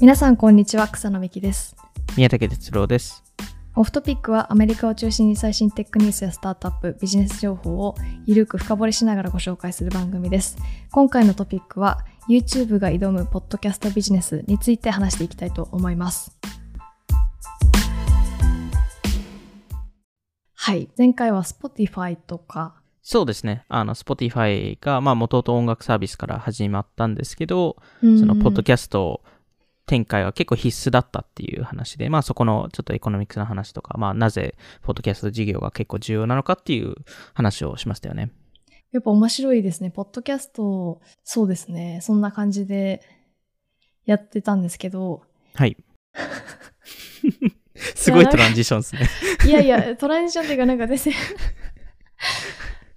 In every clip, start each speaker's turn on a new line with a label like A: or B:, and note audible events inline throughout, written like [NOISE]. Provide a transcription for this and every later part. A: 皆さんこんにちは草野美希です
B: 宮武哲郎です。
A: オフトピックはアメリカを中心に最新テックニュースやスタートアップビジネス情報をゆるく深掘りしながらご紹介する番組です今回のトピックは YouTube が挑むポッドキャストビジネスについて話していきたいと思いますはい前回は Spotify とか
B: そうですね。あの、Spotify が、まあ、元々音楽サービスから始まったんですけど、
A: そ
B: その、ポッ
A: ャ
B: ドキャスト展開は結構必須だったっていう話で、まあ、そこの、ちょっとエコノミックスの話とか、まあ、なぜ、ポッドキャスト事業が結構重要なのかっていう話をしましたよね。
A: やっぱ面白いですね。ポッドキャスト、そうですね。そんな感じでやってたんですけど、
B: はい。すごいトランジションです
A: [LAUGHS]
B: ね。
A: いやいや、トランジションっていうか、なんか全然。 [LAUGHS]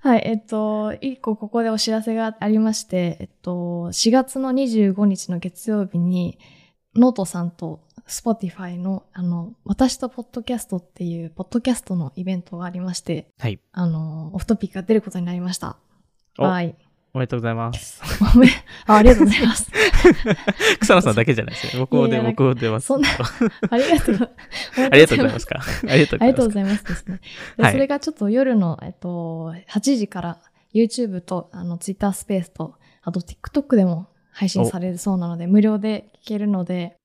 A: はい、えっと、一個ここでお知らせがありまして、えっと、4月の25日の月曜日に、ノートさんと Spotify の、あの、私とポッドキャストっていう、ポッドキャストのイベントがありまして、
B: はい。
A: あの、オフトピックが出ることになりました。
B: お
A: はい。
B: おめでとうございます。
A: ごめんあありがとうございます。
B: 草野さんだけじゃないですよ。僕も
A: い
B: で、
A: やいや
B: 僕も出ます。
A: そんなありがとう。
B: [LAUGHS] ありがとうございますか。ありがとう
A: あり
B: ござ
A: が
B: い
A: とうご
B: ます。
A: ざいますです
B: [LAUGHS]
A: ね。で
B: はい
A: それがちょっと夜の、えっと、8時から YouTube とあの Twitter スペースと、あと TikTok でも配信されるそうなので、無料で聞けるので、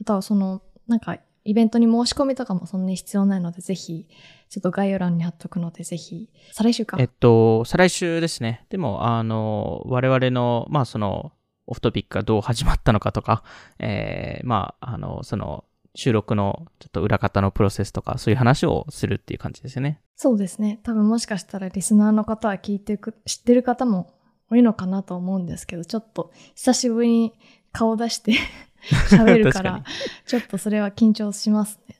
A: あとはその、なんか、イベントに申し込みとかもそんなに必要ないので、ぜひ、ちょっと概要欄に貼っとくので、ぜひ、再来週か。
B: えっと、再来週ですね。でも、あの、我々の、まあ、その、オフトピックがどう始まったのかとか、えーまあ、あの、その、収録の、ちょっと裏方のプロセスとか、そういう話をするっていう感じですよね。
A: そうですね。多分もしかしたらリスナーの方は聞いてく、知ってる方も多いのかなと思うんですけど、ちょっと久しぶりに顔出して [LAUGHS] 喋るから
B: [LAUGHS] 確、
A: ちょっとそれは緊張しますね。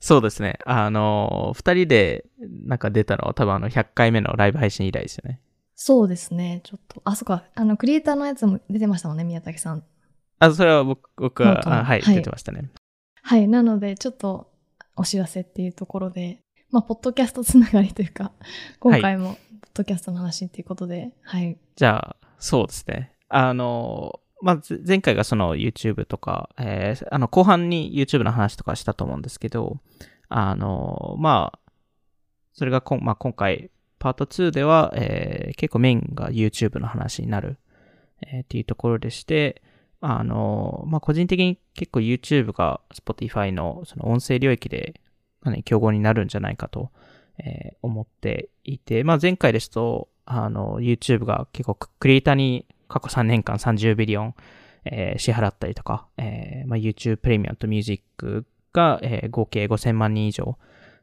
B: そうですね。あの、二人で、なんか出たのは、多分あの、100回目のライブ配信以来ですよね。
A: そうですね。ちょっと、あ、そっか、あの、クリエイターのやつも出てましたもんね、宮崎さん。
B: あ、それは僕僕
A: 本
B: は、
A: 当に
B: あはい、
A: はい
B: 出てましたね。
A: はい。なので、ちょっとお知らせっていうところで、まあ、ポッドキャストつながりというか、今回も、ポッドキャストの話っていうことで、はい。
B: じゃあ、そうですね。あの、まあ、ぜ前回がその YouTube とか、えーあの、後半に YouTube の話とかしたと思うんですけど、あの、まあ、それがこん、まあ、今回、パート2では、えー結構メインが YouTube の話になる、えーっていうところでして、あの、まあ、個人的に結構 YouTube が Spotify のその音声領域で、かなり競合になるんじゃないかとえー思っていて、まあ、前回ですと、あの、YouTube が結構ククリエイターに過去3年間30ビリオン、えー支払ったりとか、えーまあ、YouTube プレミアムとミュージックが、えー合計5000万人以上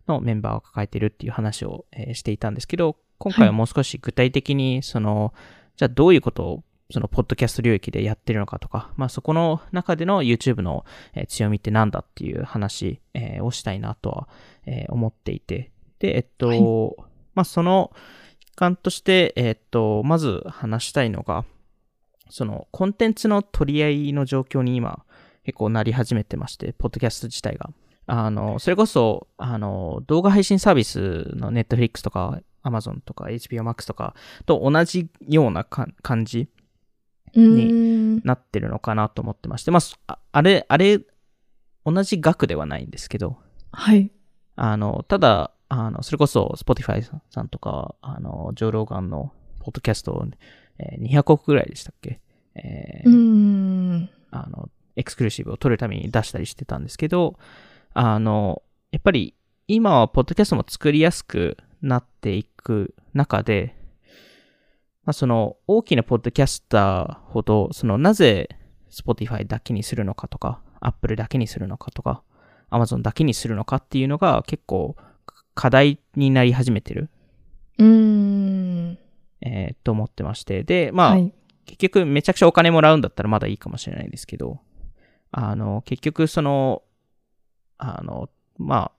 B: のメンバーを抱えているっていう話を、えーしていたんですけど、今回はもう少し具体的に、その、じゃあどういうことをそのポッドキャスト領域でやってるのかとか、まあ、そこの中での YouTube のえー強みってなんだっていう話えーをしたいなとはえー思っていて。で、えっと、
A: はい
B: まあ、その一環として、えっと、まず話したいのが、そのコンテンツの取り合いの状況に今結構なり始めてまして、ポッドキャスト自体が。あの、それこそ、あの、動画配信サービスの Netflix とか Amazon とか HBO Max とかと同じようなかん感じ
A: うーん。
B: なってるのかなと思ってまして、まあそあ、あれ、あれ、同じ額ではないんですけど、
A: はい。
B: あの、ただ、あの、それこそ Spotify さんとか、あの、ジョー・ローガンのポッドキャスト、えー200億ぐらいでしたっけえー
A: うーん。
B: あの、エクスクルーシブを取るために出したりしてたんですけど、あの、やっぱり今はポッドキャストも作りやすくなっていく中で、まあ、その大きなポッドキャスターほど、そのなぜ Spotify だけにするのかとか、Apple だけにするのかとか、Amazon だけにするのかっていうのが結構課題になり始めてる、
A: うーん。
B: えーと思ってまして。で、まあ、
A: はい。
B: 結局めちゃくちゃお金もらうんだったらまだいいかもしれないですけど、あの、結局その、あの、ま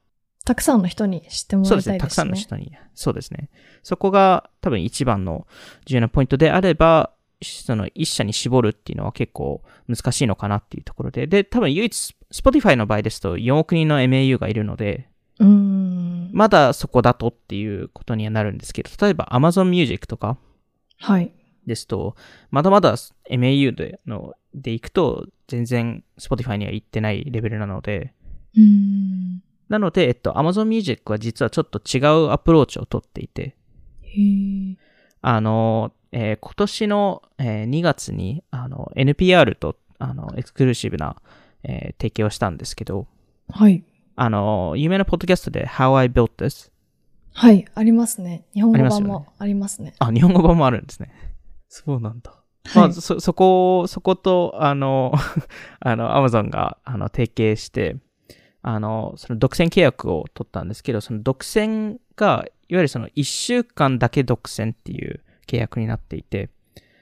A: たくさんの人に知って
B: あ、
A: も
B: そう
A: らい
B: です
A: た
B: ね、
A: い
B: た
A: で
B: くさ
A: す
B: んの
A: ね。
B: 人に、そうですね。そこが多分一番の重要なポイントであれば、その一社に絞るっていうのは結構難しいのかなっていうところで、で、多分唯一、Spotify の場合ですと4億人の MAU がいるので、
A: うーん。
B: まだそこだとっていうことにはなるんですけど、例えば Amazon Music とか、
A: はい。
B: ですと、まだまだ MAU でのでいくと、全然 Spotify には行ってないレベルなので、
A: うん。
B: なので、えっと、Amazon Music は実はちょっと違うアプローチをとっていて、
A: へえ。
B: あの、えー今年の、えー2月にあの NPR とあのエクスクルーシブな、えー提携をしたんですけど、
A: はい。
B: あの、有名なポッドキャストで How I Built This。
A: はい、ありますね。日本語
B: あり
A: 版
B: ますよね
A: もありますね。
B: あ、日本語版もあるんですね。そうなんだ。ま
A: は
B: あ、
A: い。
B: そ、そこ、そこと、あの、 [LAUGHS] あの、アマゾンが、あの、提携して、あの、その独占契約を取ったんですけど、その独占が、いわゆるその1週間だけ独占っていう契約になっていて、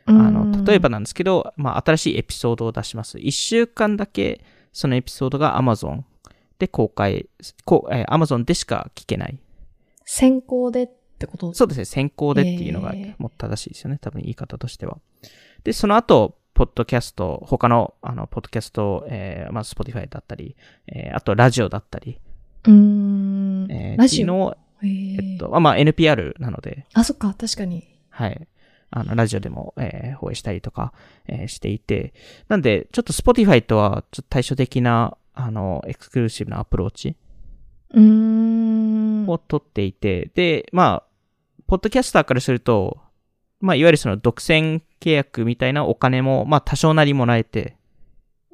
A: あ
B: あの、例えば、なんですけど、まあ、新しいエピソードを出します。1週間だけ、そのエピソードが Amazon で公開、こうえー Amazon でしか聞けない。
A: 先行でってこと
B: そうですね、先行でっていうのが
A: えー
B: もう正しいですよね、多分言い方としては。で、その後、ポッドキャスト、他の、あの、ポッドキャスト、えー、まあ、Spotify だったり、えーあと、ラジオだったり、
A: うーん。
B: えー
A: ラジオ。
B: の、
A: へ
B: えっ
A: え。
B: と、あまあ、NPR なので、
A: あ、そっか、確かに。
B: はい。あの、ラジオでも、えー放映したりとか、えーしていて、なんで、ちょっと Spotify とは、ちょっと対照的な、あの、エクスクルーシブなアプローチ
A: うーん。
B: を取っていて、で、まあ、ポッドキャスターからすると、まあ、いわゆるその独占契約みたいなお金も、まあ、多少なりもらえて、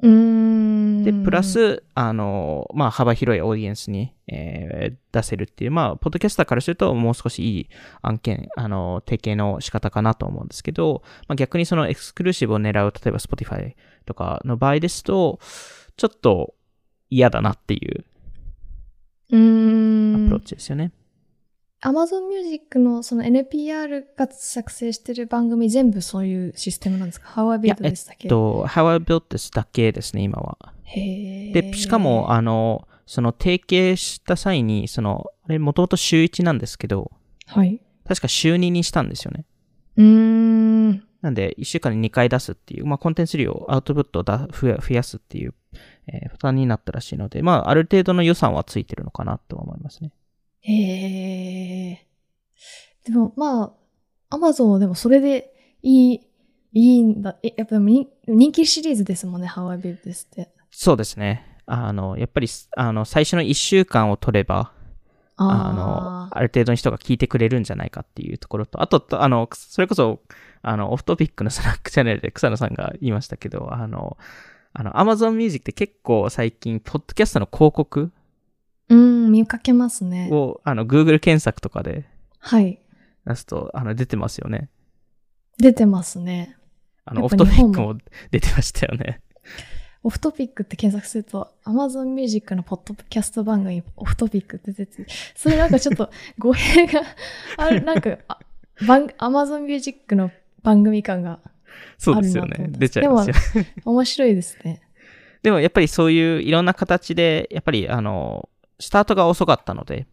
A: うーん。
B: で、プラ、ス、あの、まあ、幅広いオーディエンスに、えー出せるっていう、まあ、ポッドキャスターからすると、もう少しいい案件、あの、提携の仕方かなと思うんですけど、まあ、逆にそのエクスクルーシブを狙う、例えば Spotify とかの場合ですと、ちょっと嫌だなっていう
A: う
B: ア
A: ー
B: プロー
A: ん。
B: チですよね。
A: Amazon Music のその NPR が作成してる番組全部そういうシステムなんですか ?How I
B: いや
A: Built でしたっけ、
B: と、How I Built This だけですね、今は。
A: へえ。
B: で、しかも、、あの、その提携した際に、その、あれ、もともと週1なんですけど、
A: はい。
B: 確か週2にしたんですよね。
A: うーん。
B: なんで、1週間に2回出すっていう、まあ、コンテンツ量、アウトプットをだ増や増やすっていう、えー負担になったらしいので、まあ、ある程度の予算はついてるのかなとは思いますね。
A: へえ。でも、まあ、Amazon はでもそれでいい、いいんだ。え、やっぱでも人人気シリーズですもんね、How I Built This って。
B: そうですね。あの、やっぱり、あの、最初の1週間を取れば、あの、ある程度の人が聞いてくれるんじゃないかっていうところと、あと、あの、それこそ、あの、オフトピックのスラックチャンネルで草野さんが言いましたけど、あの、あの、Amazon Music って結構最近、ポッドキャストの広告
A: ーうん、見かけますね。
B: を、あの、Google 検索とかで
A: はい。
B: 出すと、あの、出てますよね。
A: 出てますね。
B: あの、
A: や
B: オ
A: っぱ
B: フ
A: 日
B: トピッ
A: 本
B: ク
A: も
B: も [LAUGHS] 出てましたよね。
A: オフトピックって検索すると、Amazon Music のポッドキャスト番組、オフトピックって出てて、それなんかちょっと [LAUGHS] 語弊がある、なんか、あ番 Amazon Music の番組感が
B: そうですよ
A: あるなと
B: ね
A: 思。った
B: 出ちゃいますよね
A: 面白いですね。
B: でもやっぱりそういういろんな形で、やっぱり、あの、スタートが遅かったので、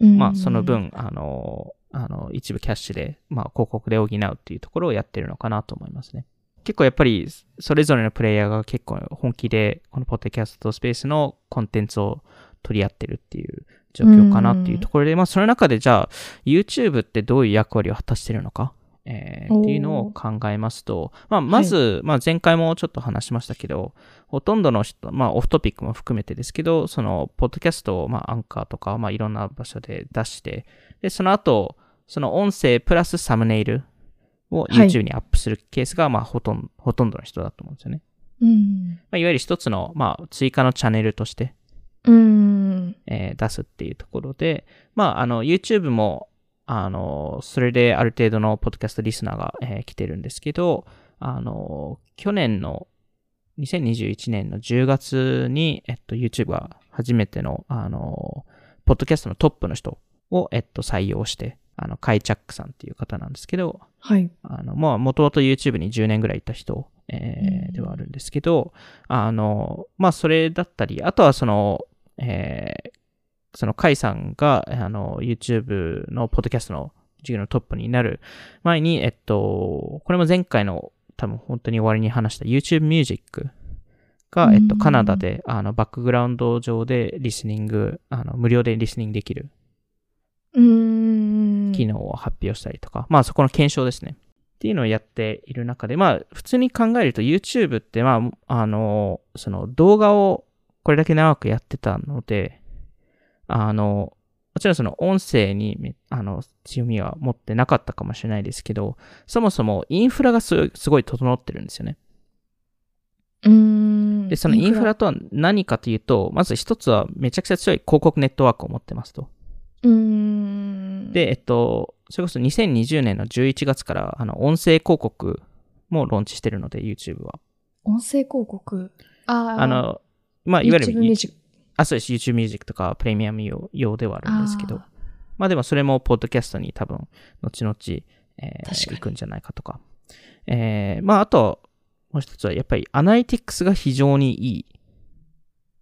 A: うん
B: まあ、その。分、あの、あの、一部キャッシュで、まあ、広告で補うっていうところをやってるのかなと思いますね。結構やっぱり、それぞれのプレイヤーが結構本気で、このポッドキャストスペースのコンテンツを取り合ってるっていう状況かなっていうところで、まあ、その中でじゃあ、YouTube ってどういう役割を果たしてるのか、えー
A: おー
B: っていうのを考えますと、まあ、まず、まあ、前回もちょっと話しましたけど、ほとんどの人、まあ、オフトピックも含めてですけど、その、ポッドキャストを、まあ、アンカーとか、まあ、いろんな場所で出して、で、その後、その音声プラスサムネイルを
A: はい
B: YouTube にアップするケースが、まあ、ほとんど、ほとんどの人だと思うんですよね。
A: うん。
B: まあ、いわゆる一つの、まあ、追加のチャンネルとして、
A: うん。
B: えー出すっていうところで、まあ、あの、YouTube も、あの、それである程度のポッドキャストリスナーが、えー来てるんですけど、あの、去年の2021年の10月に、えっと、YouTube が初めての、あの、ポッドキャストのトップの人を、えっと、採用して、あの、カイチャックさんっていう方なんですけど、
A: はい。
B: あの、まあ、もともと YouTube に10年ぐらいいた人、え
A: う
B: ー
A: ん
B: ではあるんですけど、あの、まあ、それだったり、あとはその、えーその、カイさんが、あの、YouTube のポッドキャストの授業のトップになる前に、えっと、これも前回の、多分本当に終わりに話した YouTube Music が、えっと、
A: うん
B: カナダで、あの、バックグラウンド上でリスニング、あの、無料でリスニングできる
A: うん。
B: 機能を発表したりとか、まあ、そこの検証ですね。っていうのをやっている中で、まあ、普通に考えると YouTube って、まあ、あの、その動画をこれだけ長くやってたので、あの、もちろんその音声にめあの強みは持ってなかったかもしれないですけど、そもそもインフラがすすごい整ってるんですよね。
A: うーん。
B: で、そのインフラとは何かというと、まず一つはめちゃくちゃ強い広告ネットワークを持ってますと。
A: うーん。、
B: で、えっと、それこそ2020年の11月から、あの、音声広告もローンチしてるので、YouTube は。
A: 音声広告。ああ、
B: あ、の、まあ、いわ
A: YouTube
B: ゆ
A: ミュー
B: る、
A: ジック
B: あ、そうです YouTube Music とかプレミアム用用ではあるんですけど、
A: あ
B: まあでもそれもポッドキャストに多分、後々、えー
A: 確かに
B: 行くんじゃないかとか。えーまあ、あと、もう一つは、やっぱりアナリティクスが非常にいい。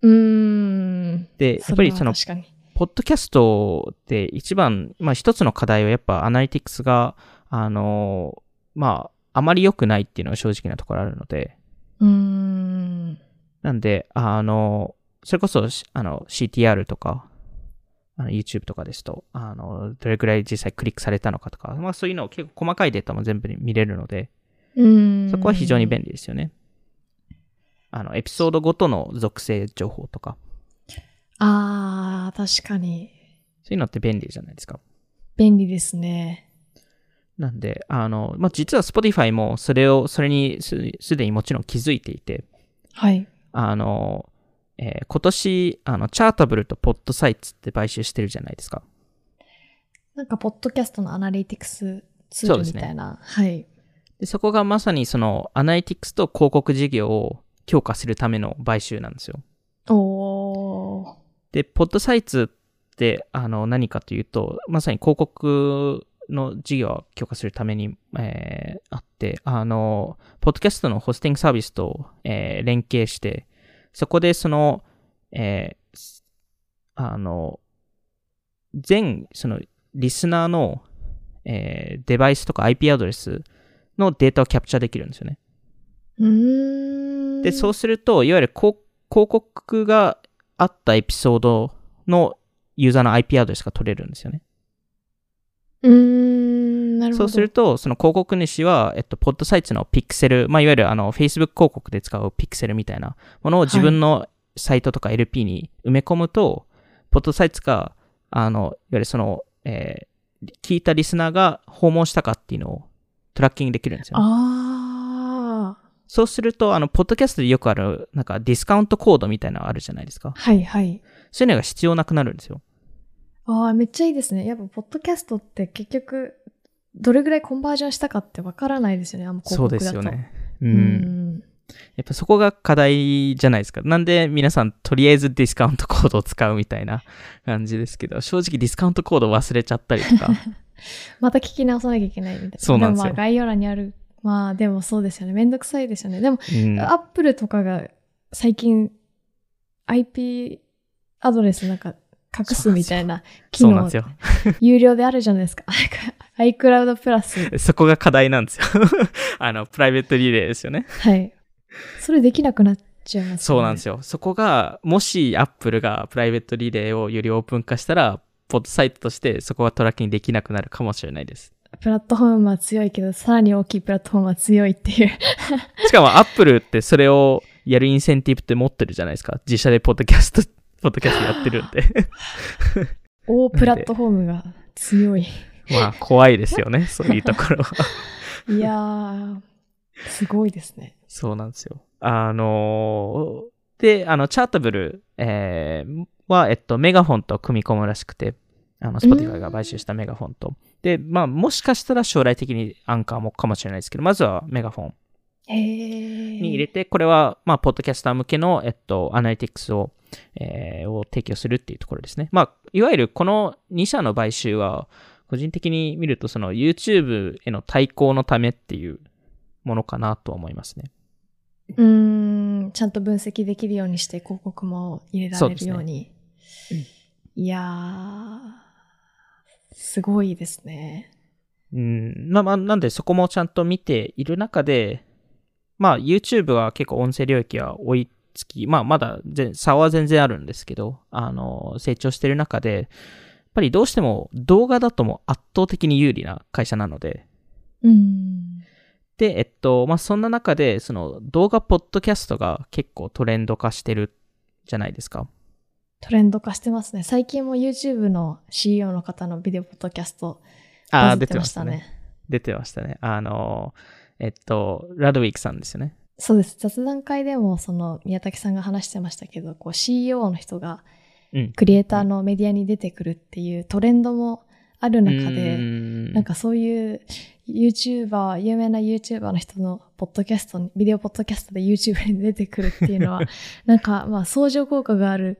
A: ーうーん。
B: で、やっぱりその、
A: れは確かに。
B: ポッドキャストで一番、まあ一つの課題はやっぱアナリティクスが、あの、まあ、あまり良くないっていうのが正直なところあるので、
A: うーん。
B: なんで、あの、それこそ、しあの、CTR とか、あの YouTube とかですと、あの、どれくらい実際クリックされたのかとか、まあそういうのを結構細かいデータも全部見れるので、
A: うーん。
B: そこは非常に便利ですよね。あの、エピソードごとの属性情報とか、
A: ああ、確かに。
B: そういうのって便利じゃないですか。
A: 便利ですね。
B: なんで、あの、まあ、実は Spotify もそれを、それにすすでにもちろん気づいていて、
A: はい。
B: あの、えー今年、あの、チャータブルとポッドサイツって買収してるじゃないですか。
A: なんか、ポッドキャストのアナリティクスツールみたいな。はい。
B: で、そこがまさにその、アナリティクスと広告事業を強化するための買収なんですよ。
A: おー。
B: で、ポッドサイツって、あの、何かというと、まさに広告の事業を強化するために、えーあって、あの、ポッドキャストのホスティングサービスと、えー連携して、そこでその、えーすあの、全、その、リスナーの、えーデバイスとか IP アドレスのデータをキャプチャーできるんですよね。
A: うーん。
B: で、そうすると、いわゆる広広告があったエピソードのユーザーの IP アドレスが取れるんですよね。
A: うーん、なるほ
B: そ
A: ど。
B: うすると、その広告主は、えっと、ポッドサイツのピクセル、まあ、いわゆるあの Facebook 広告で使うピクセルみたいなものを自分のサイトとか LP に埋め込むと、ポッドサイツが、あの、いわゆるその、えー聞いたリスナーが訪問したかっていうのをトラッキングできるんですよね、
A: ああ。
B: そうすると、あの、ポッドキャストでよくある、なんかディスカウントコードみたいなのあるじゃないですか。
A: はいはい。
B: そういうのが必要なくなるんですよ。
A: ああ、めっちゃいいですね。やっぱ、ポッドキャストって結局、どれぐらいコンバージョンしたかってわからないですよね、あんま広告だと。。
B: う。
A: うんん。
B: やっぱそこが課題じゃないですか。なんで皆さんとりあえずディスカウントコードを使うみたいな感じですけど、正直ディスカウントコード忘れちゃったりと
A: [LAUGHS]
B: か。
A: また聞き直さなきゃいけないみたいな。
B: そうなんで
A: も
B: すよ
A: まあ、概要欄にある。まあ、でもそうですよね。めんどくさいですよね。でも、
B: うん
A: アップルとかが最近 IP アドレスなんか隠すみたいな機
B: そうなん
A: 能
B: ですよ。
A: 有料であるじゃないですか。iCloud プラス。
B: そこが課題なんですよ。 [LAUGHS] あの、プライベートリレーですよね。
A: はい。それできなくなっちゃいます、ね。
B: そうなんです
A: よ。
B: よ。そこが、もし Apple がプライベートリレーをよりオープン化したら、ポッドサイトとしてそこはトラッキングできなくなるかもしれないです。
A: プラットフォームは強いけど、さらに大きいプラットフォームは強いって
B: [LAUGHS]
A: いう。
B: しかも Apple ってそれをやるインセンティブって持ってるじゃないですか。自社でポッドキャスト、 [LAUGHS] ポッドキャストやってるんで。
A: 大プラットフォームが強い。
B: [LAUGHS] ま [LAUGHS] あ、怖いですよね。そういうところは。
A: いやー、すごいですね。
B: [LAUGHS] そうなんですよ。あのーで、あの、チャータブル、えーは、えっと、メガホンと組み込むらしくて、あの、スポティファイが買収したメガフォンと。で、まあ、もしかしたら将来的にアンカーもかもしれないですけど、まずはメガフォン
A: へー。
B: に入れて、これは、まあ、ポッドキャスター向けの、えっと、アナリティクスを、えーを提供するっていうところですね。まあ、いわゆるこの2社の買収は、個人的に見ると、その YouTube への対抗のためっていうものかなとは思いますね。
A: うーん、ちゃんと分析できるようにして広告も入れら
B: そう
A: れ
B: です
A: る
B: ね
A: ように。いやー、すごいですね。
B: うん、まあまあ、なんでそこもちゃんと見ている中で、まあ YouTube は結構音声領域は追いつき、まあまだ全差は全然あるんですけど、あの、成長している中で、やっぱりどうしても動画だともう圧倒的に有利な会社なので、
A: うん。
B: で、えっと、まあ、そんな中で、その動画、ポッドキャストが結構トレンド化してるじゃないですか。
A: トレンド化してますね。最近も YouTube の CEO の方のビデオポッドキャスト
B: あ
A: バ
B: あ、
A: ズ
B: 出
A: って
B: て
A: ま
B: ま
A: し
B: したた
A: ね。
B: ね。出てましたね。あの、えっと、ラドウィックさんですよね。
A: そうです。雑談会でもその宮崎さんが話してましたけど、こう CEO の人が
B: うん。
A: クリエイターのメディアに出てくるっていうトレンドもある中で、
B: な
A: なん、かそういう YouTuber、有名な YouTuber の人のポッドキャストに、ビデオポッドキャストで YouTube に出てくるっていう
B: [LAUGHS]
A: のは、なんかまあ相乗効果がある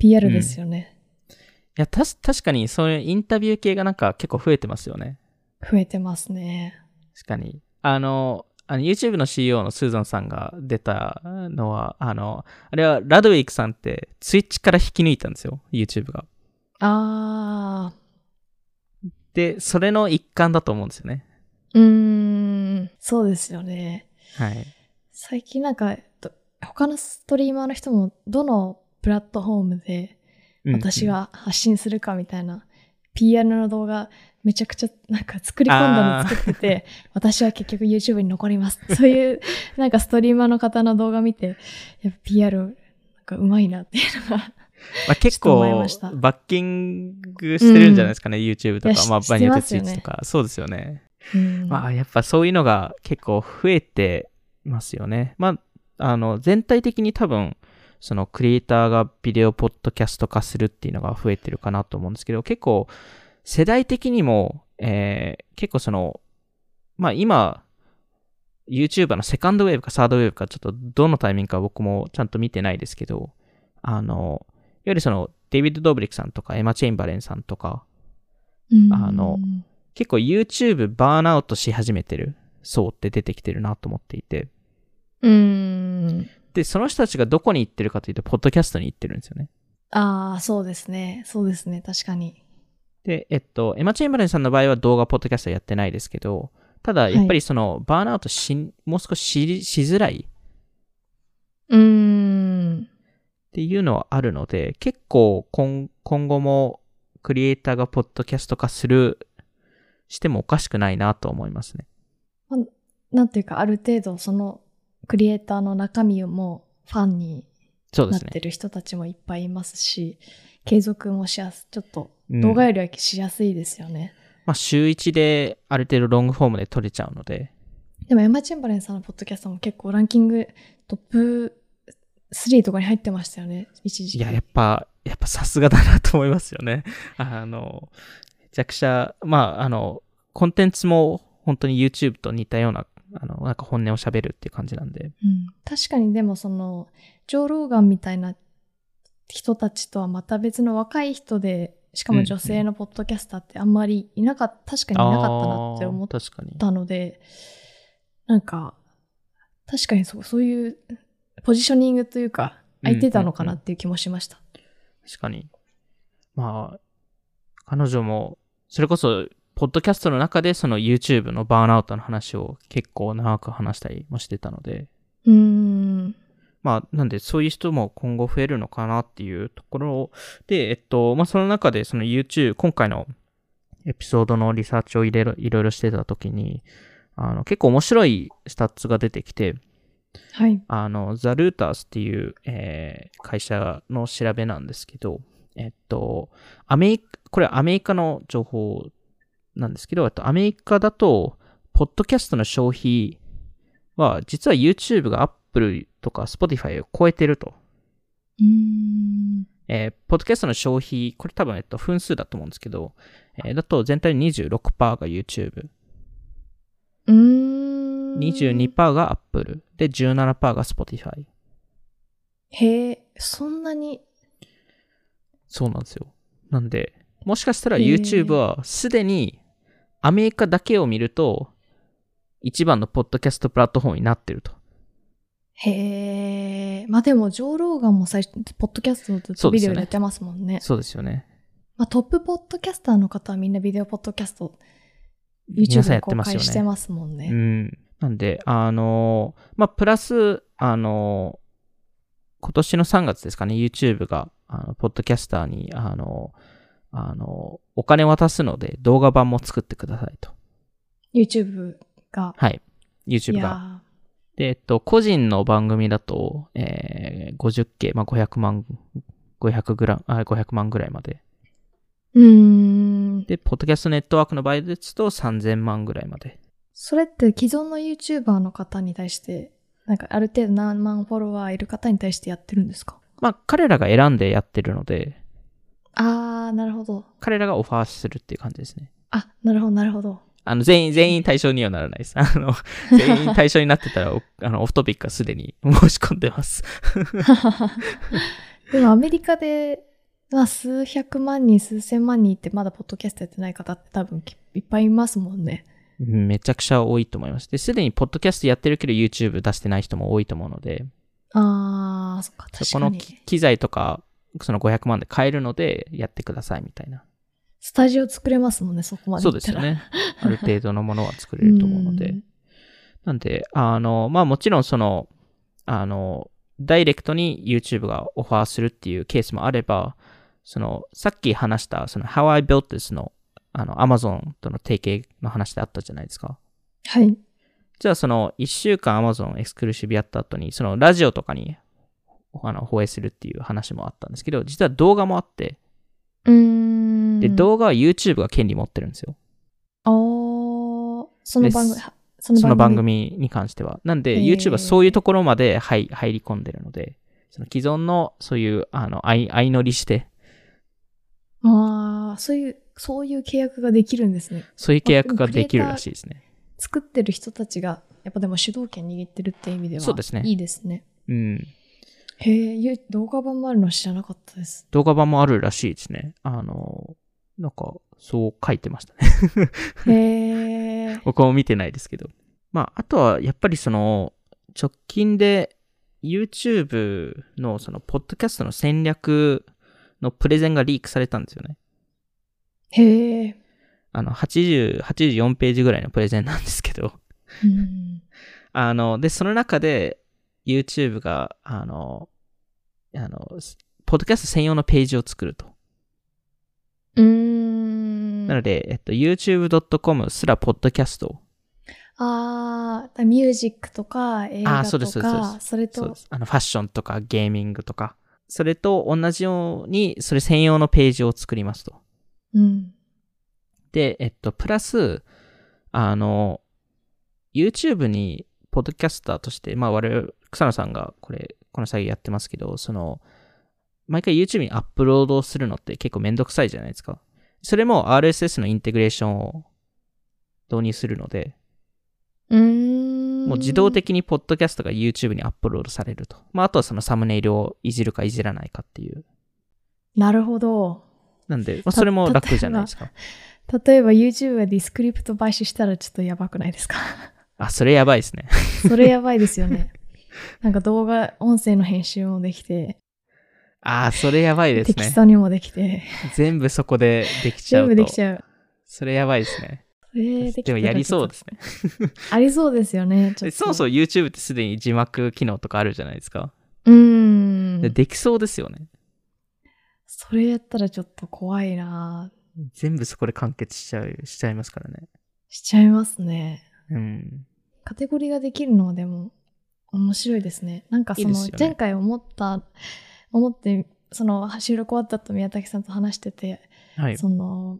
A: PR ですよね。
B: いや、たし、確かにそういうインタビュー系がなんか結構増えてますよね。
A: 増えてますね。
B: 確かに。あの、あの YouTube の CEO のスーザンさんが出たのは、あの、あれはラドウィックさんってツイッチから引き抜いたんですよ、YouTube が。
A: あ
B: で、それの一環だと思うんですよね。
A: ー、うーん、そうですよね。
B: はい。
A: 最近なんか、ど他のストリーマーの人もどのプラットフォームで
B: うん
A: 私、が発信するかみたいな PR の動画めちゃくちゃなんか作り込んだの作ってて私は結局 YouTube に残りますそういうなんかストリーマーの方の動画見てやっぱ PR なんかうまいなっていうのが
B: まあ、結
A: ちょっと思い
B: 構
A: ました
B: バッキングしてるんじゃないですかね、YouTube と
A: いや
B: か、
A: し
B: まあ、場合によって
A: してます
B: ツイ
A: よ
B: ッ
A: ね
B: チとか、そうですよね。
A: うん
B: まあ、やっぱそういうのが結構増えてますよね。まあ、あの、全体的に多分、そのクリエイターがビデオポッドキャスト化するっていうのが増えてるかなと思うんですけど、結構、世代的にも、えー結構その、まあ今、YouTuber のセカンドウェーブかサードウェーブか、ちょっとどのタイミングか僕もちゃんと見てないですけど、あの、いわゆるその、デイビッド・ドブリックさんとか、エマ・チェインバレンさんとか、
A: うん
B: あの結構 YouTube バーンアウトし始めてる層って出てきてるなと思っていて。
A: うん
B: で、その人たちがどこに行ってるかというと、ポッドキャストに行ってるんですよね。
A: ああそうですねそうですね確かに
B: で、えっと、エマ・チェンバレンさんの場合は動画、ポッドキャストやってないですけど、ただ、やっぱりその、バーンアウトし、もう少しししづらいっ
A: うん
B: ていうのはあるので、結構今、今後もクリエイターがポッドキャスト化する、してもおかしくないなと思いますね。
A: なんていうかある程度そのクリエイターの中身をもうファンに
B: そうで
A: なっ
B: すね
A: て。る人たちもいっぱいいますし、継続もしやすちょっと
B: うん
A: 動画よりはしやすいですよね、
B: まあ、週1である程度ロングフォームで撮れちゃうので、
A: でもエマ・チェンバレンさんのポッドキャストも結構ランキングトップ3とかに入ってましたよね一時期
B: いや、やっぱ、やっぱさすがだなと思いますよね。 [LAUGHS] あの、めちゃくちゃ、まあ、あの、コンテンツも本当に YouTube と似たような、あの、なんか本音を喋るっていう感じなんで。
A: うん確かにでもそのジョー・ローガンみたいな人たちとはまた別の若い人でしかも女性のポッドキャスターってあんまりいなかった確かにいなかったなって思っ
B: あー確かに。
A: たのでなんか確かにそうそういうポジショニングというか空いてたのかなっていう気もしました。
B: 確かに。まあ、彼女も、それこそ、ポッドキャストの中でその YouTube のバーンアウトの話を結構長く話したりもしてたので、
A: うーん
B: まあ、なんで、そういう人も今後増えるのかなっていうところで、えっと、まあ、その中で、その YouTube、今回のエピソードのリサーチを入れろいろいろしてたときに、あの、結構面白いスタッツが出てきて、
A: はい。
B: あの、ザ・ルータースっていう、えー会社の調べなんですけど、えっと、アメリカ、これはアメリカの情報なんですけど、えっとアメリカだと、ポッドキャストの消費は、実は YouTube が Apple とか Spotify を超えてると。
A: うーん
B: えーポッドキャストの消費、これ多分、えっと、分数だと思うんですけど、えーだと全体の26%が YouTube、
A: うーん。
B: 22%が Apple、で17%が Spotify。
A: へえ、そんなに。
B: そうなんですよ。なんで、もしかしたら
A: へー
B: YouTube はすでにアメリカだけを見ると、一番のポッドキャストプラットフォームになってると。
A: へえ。まあでも、ジョー・ローガンも最初、ポッドキャストをずっとビデオでやってますもんね。
B: そうですよね。
A: まあ、トップポッドキャスターの方はみんなビデオポッドキャスト、
B: 皆
A: YouTube
B: さんや
A: で
B: って
A: 公
B: ますよ
A: 開
B: ね
A: してますもんね。
B: うん。なんで、あのーまあ、プラス、あのー今年の3月ですかね、YouTube が、あの、ポッドキャスターに、あのーあのーお金渡すので動画版も作ってくださいと。
A: YouTube が。
B: はい。
A: い
B: YouTube が。
A: や
B: で、えっと、個人の番組だと、えー、50K、まあ、500万、500グラあ500万ぐらいまで。
A: ーうーん。
B: で、ポッドキャストネットワークの場合ですと3000万ぐらいまで。
A: それって既存の YouTuber の方に対して、なんかある程度何万フォロワーいる方に対してやってるんですか
B: まあ、彼らが選んでやってるので、
A: あー、なるほど。
B: 彼らがオファーするっていう感じですね。
A: あ、なるほど、なるほど。
B: あの、全員、全員対象にはならないです。あの、 [LAUGHS] 全員対象になってたら、おあの、オフトピックはすでに [LAUGHS] 申し込んでます。
A: でもアメリカで、まあ、数百万人、数千万人ってまだポッドキャストやってない方って多分きいっぱいいますもんね。
B: うんめちゃくちゃ多いと思います。で、すでにポッドキャストやってるけど YouTube 出してない人も多いと思うので、
A: あー、そっか、
B: そ
A: 確
B: こ
A: か
B: の
A: に。
B: 機機材とか、その500万で買えるのでやってくださいみたいな。
A: スタジオ作れますもんね、そこまで。
B: そうですよ。ね。ある程度のものは作れると思うの
A: [LAUGHS]
B: で。なんで、あの、まあもちろんその、あの、ダイレクトに YouTube がオファーするっていうケースもあれば、その、さっき話した、その、How I Built This の、あの、Amazon との提携の話であったじゃないですか。
A: はい。
B: じゃあその、1週間 Amazon エクスクルーシブやった後に、その、ラジオとかに、あの、放映するっていう話もあったんですけど、実は動画もあって、
A: うーん。
B: で、動画は YouTube が権利持ってるんですよ。
A: あー、その番組
B: で、
A: その
B: その番
A: 番組。
B: 組に関しては。なんで、
A: へー
B: YouTube はそういうところまで入入り込んでるので、その既存のそういう、あの、相相乗りして、
A: あー、そういう、そういう契約ができるんですね。
B: そういう契約ができるらしいですね。
A: 作ってる人たちが、やっぱでも主導権握ってるって意味では、
B: そうですね
A: いいですね。
B: うん。
A: へえ、ゆ動画版もあるの知らなかったです。
B: 動画版もあるらしいですね。あの、なんか、そう書いてましたね。
A: へ
B: [LAUGHS]
A: え。
B: 僕も見てないですけど。まあ、あとは、やっぱりその、直近で YouTube のその、ポッドキャストの戦略のプレゼンがリークされたんですよね。
A: へえ。
B: あの、80、84ページぐらいのプレゼンなんですけど、 [LAUGHS]
A: うん。
B: あの、で、その中で、YouTube が、あの、あの、すポッドキャスト専用のページを作ると。
A: うーん。
B: なので、えっと、youtube.com すらポッドキャスト
A: ああ、だからミュージックとか映画とか、
B: あーそうですそうですそうで
A: それ
B: そう
A: と、
B: です。あの、ファッションとかゲーミングとか、それと同じように、それ専用のページを作りますと。
A: うん。
B: で、えっと、プラス、あの、YouTube に、ポッドキャスターとして、まあ、我々、草野さんが、これ、この作業やってますけど、その、毎回 YouTube にアップロードするのって結構めんどくさいじゃないですか。それも RSS のインテグレーションを導入するので、
A: うーん。
B: もう自動。的にポッドキャストが YouTube にアップロードされると。まあ、あとはそのサムネイルをいじるかいじらないかっていう。
A: なるほど。
B: なんで、まあ、それも楽じゃないですか。
A: 例えば YouTube がディスクリプト買収したらちょっとやばくないですか
B: あ、それやばいですね。
A: それやばいですよね。 [LAUGHS] なんか動画、音声の編集もできて、
B: ああ、それやばいです
A: テキ
B: ね
A: ス。トにもできて、
B: 全部そこでできちゃう
A: 全
B: と。
A: 部できちゃう。
B: それやばいですね。
A: それきた
B: で
A: ら
B: もやりそうで
A: ち
B: すね。
A: ょっと。ありそうですよね。ちょっ
B: で
A: と
B: そもそも YouTube ってすでに字幕機能とかあるじゃないですか。
A: うーん
B: で。できそうですよね。
A: それやったらちょっと怖いな
B: 全部そこで完結しちゃう、しちゃいますからね。
A: しちゃいますね。
B: うん。
A: カテゴリーができるのはでも面白いですね。なんかそ
B: いいで
A: の
B: すよね
A: 前回思った、思って、その収録終わったと宮崎さんと話してて、
B: はい。
A: その、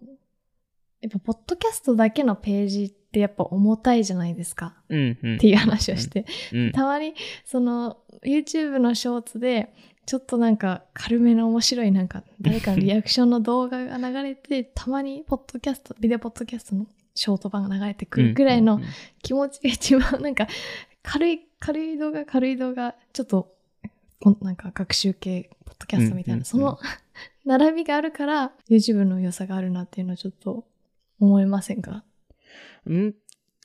A: やっぱポッドキャストだけのページってやっぱ重たいじゃないですか。
B: うんうん
A: っていう話をして、
B: うん。
A: たまにその YouTube のショーツでちょっとなんか軽めの面白いなんか誰かのリアクションの動画が流れ
B: [LAUGHS]
A: てたまにポッドキャストビデオポッドキャストのショート版が流れてくるくらいの
B: うんうんうん
A: 気持ちが一番なんか軽い軽い動画軽い動画ちょっとこんなんか学習系ポッドキャストみたいな、
B: うんうんうん
A: その [LAUGHS] 並びがあるから YouTube の良さがあるなっていうのはちょっと思いませんか
B: うん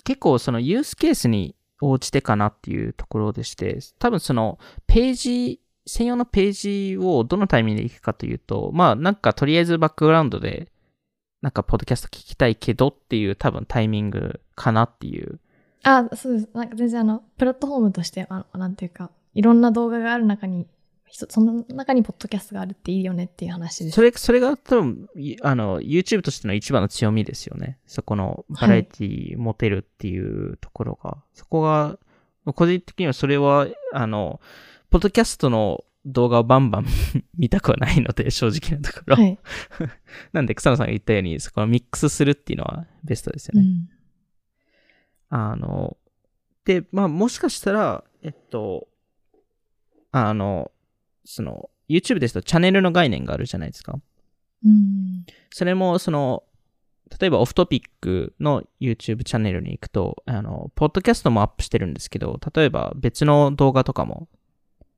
B: 結構そのユースケースに応じてかなっていうところでして、多分そのページ、専用のページをどのタイミングで行くかというと、まあなんかとりあえずバックグラウンドで、なんかポッドキャスト聞きたいけどっていう多分タイミングかなっていう。
A: あそうですなんか全然あのプラットフォームとしてあのなんていうかいろんな動画がある中にひとその中にポッドキャストがあるっていいよねっていう話です。
B: それ、それが多分、いあの、YouTube としての一番の強みですよね。そこのバラエティ持てるっていうところが。そこが、個人的にはそれは、あの、ポッドキャストの動画をバンバン [LAUGHS] 見たくはないので、正直なところ。
A: はい。
B: なんで、草野さんが言ったように、そこのミックスするっていうのはベストですよ
A: う
B: ね。
A: ん。
B: あの、で、まあ、もしかしたら、えっと、あの、その、YouTube ですとチャンネルの概念があるじゃないですか。
A: うん。
B: それも、その、例えばオフトピックの YouTube チャンネルに行くと、あの、ポッドキャストもアップしてるんですけど、例えば別の動画とかも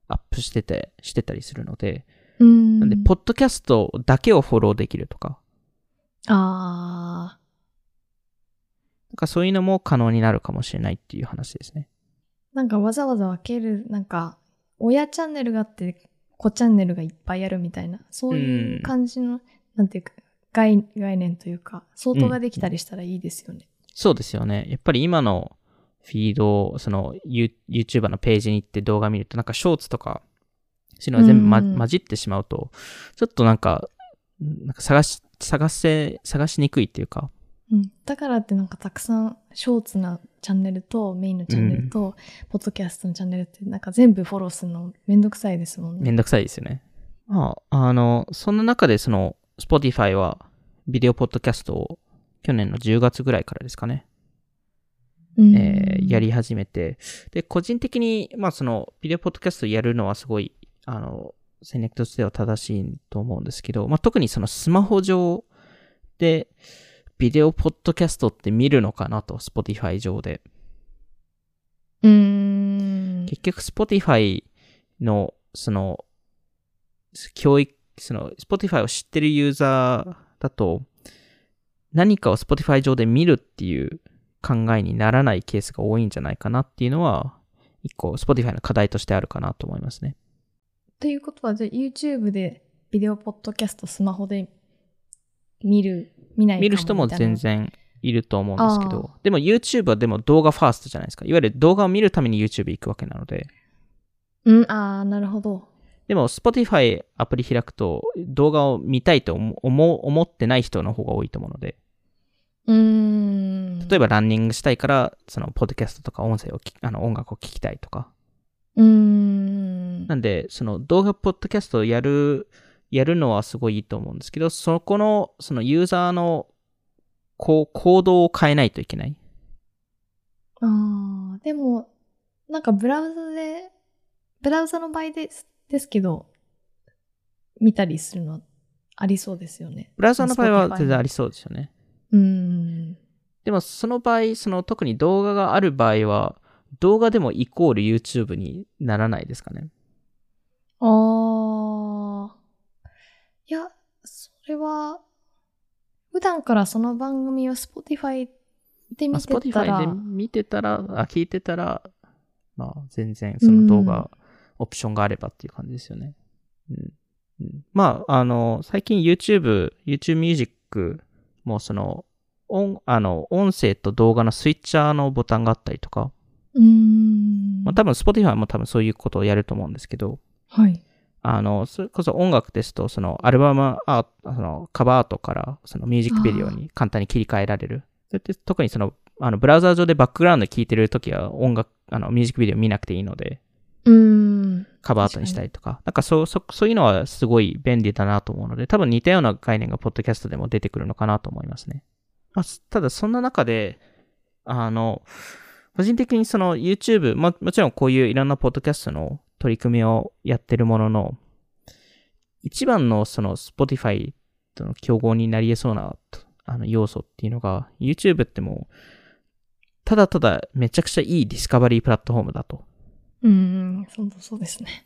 B: アップしてて、してたりするので、
A: うん。
B: なんで、ポッドキャストだけをフォローできるとか、
A: ああ。
B: なんかそういうのも可能になるかもしれないっていう話ですね。
A: なんかわざわざ分ける、なんか、親チャンネルがあって、子チャンネルがいっぱいあるみたいな、そういう感じの、なんていうか、概概念というか、相当ができたりしたらいいですよね。
B: そうですよね。やっぱり今のフィード、その You- YouTuber のページに行って動画見ると、なんかショーツとか、そういうのが全部、ま
A: うんうん
B: 混じってしまうと、ちょっとなんか、なんか探し、探せ、探しにくいっていうか、
A: うんだからってなんかたくさん、ショーツなチャンネルと、メインのチャンネルと、ポッドキャストのチャンネルって、なんか全部フォローするのめんどくさいですもん
B: め
A: ね。
B: んどくさいですよね。まあ、あの、そんな中でその、Spotify はビデオポッドキャストを去年の10月ぐらいからですかね、
A: うん
B: えーやり始めて、で、個人的に、まあ、その、ビデオポッドキャストやるのはすごい、あの、戦略としては正しいと思うんですけど、まあ、特にそのスマホ上で、ビデオポッドキャストって見るのかなと、Spotify 上で。
A: うーん。
B: 結局、Spotify の、その、教育、その、Spotify を知ってるユーザーだと、何かを Spotify 上で見るっていう考えにならないケースが多いんじゃないかなっていうのは、一個、Spotify の課題としてあるかなと思いますね。
A: ということは、じゃあ YouTube でビデオポッドキャストスマホで見る、見ないかも
B: 見る人も
A: みたいな
B: 全。然いると思うんですけど
A: あ、
B: でも YouTube はでも動画ファーストじゃないですか。いわゆる動画を見るために YouTube 行くわけなので、
A: うん、ああ、なるほど。
B: でも Spotify アプリ開くと動画を見たいと思思思ってない人の方が多いと思うので、
A: うーん。
B: 例
A: ば。
B: えばランニングしたいから、そのポッドキャストとか音声をきあの音楽を聞きたいとか。
A: うーん。
B: なんで、その動画ポッドキャストをやる、やるのはすごいいいと思うんですけど、そこの、そのユーザーの、こう、行動を変えないといけない。
A: ああ、でも、なんかブラウザで、ブラウザの場合ですですけど、見たりするのありそうですよね。
B: ブラウザの場合
A: ま
B: は
A: あ
B: 全然ありそうですよね。
A: うーん。
B: でも、その場合、その特に動画がある場合は、動画でもイコール YouTube にならないですかね。
A: ああ。いや、それは、普段からその番組を Spotify で
B: ま
A: 見
B: あ、
A: てた
B: Spotify
A: ら、
B: で見てたら、あ、聞いてたら、まあ、全然その動画、オプションがあればっていう感じですよね。うん。うんまあ、あの、最近 YouTube、YouTube Music もその、音、あの、音声と動画のスイッチャーのボタンがあったりとか、
A: うーん。
B: まあ多分 Spotify も多分そういうことをやると思うんですけど、
A: はい。
B: あの、それこそ音楽ですと、そのアルバムアート、そのカバーアートから、そのミュージックビデオに簡単に切り替えられる。それって特にその、あの、ブラウザー上でバックグラウンド聴いてるときは音楽、あの、ミュージックビデオ見なくていいので、
A: うーん。
B: カバーアートにしたりとか、なんかそう、そ、そういうのはすごい便利だなと思うので、多分似たような概念がポッドキャストでも出てくるのかなと思いますね。まあ、すただそんな中で、あの、個人的にその YouTube、まあ、もちろんこういういろんなポッドキャストの取り組みをやってるものの、一番のその Spotify との競合になり得そうなとあの要素っていうのが、YouTube ってもう、ただただめちゃくちゃいいディスカバリープラットフォームだと。
A: うーん。そうそうですね。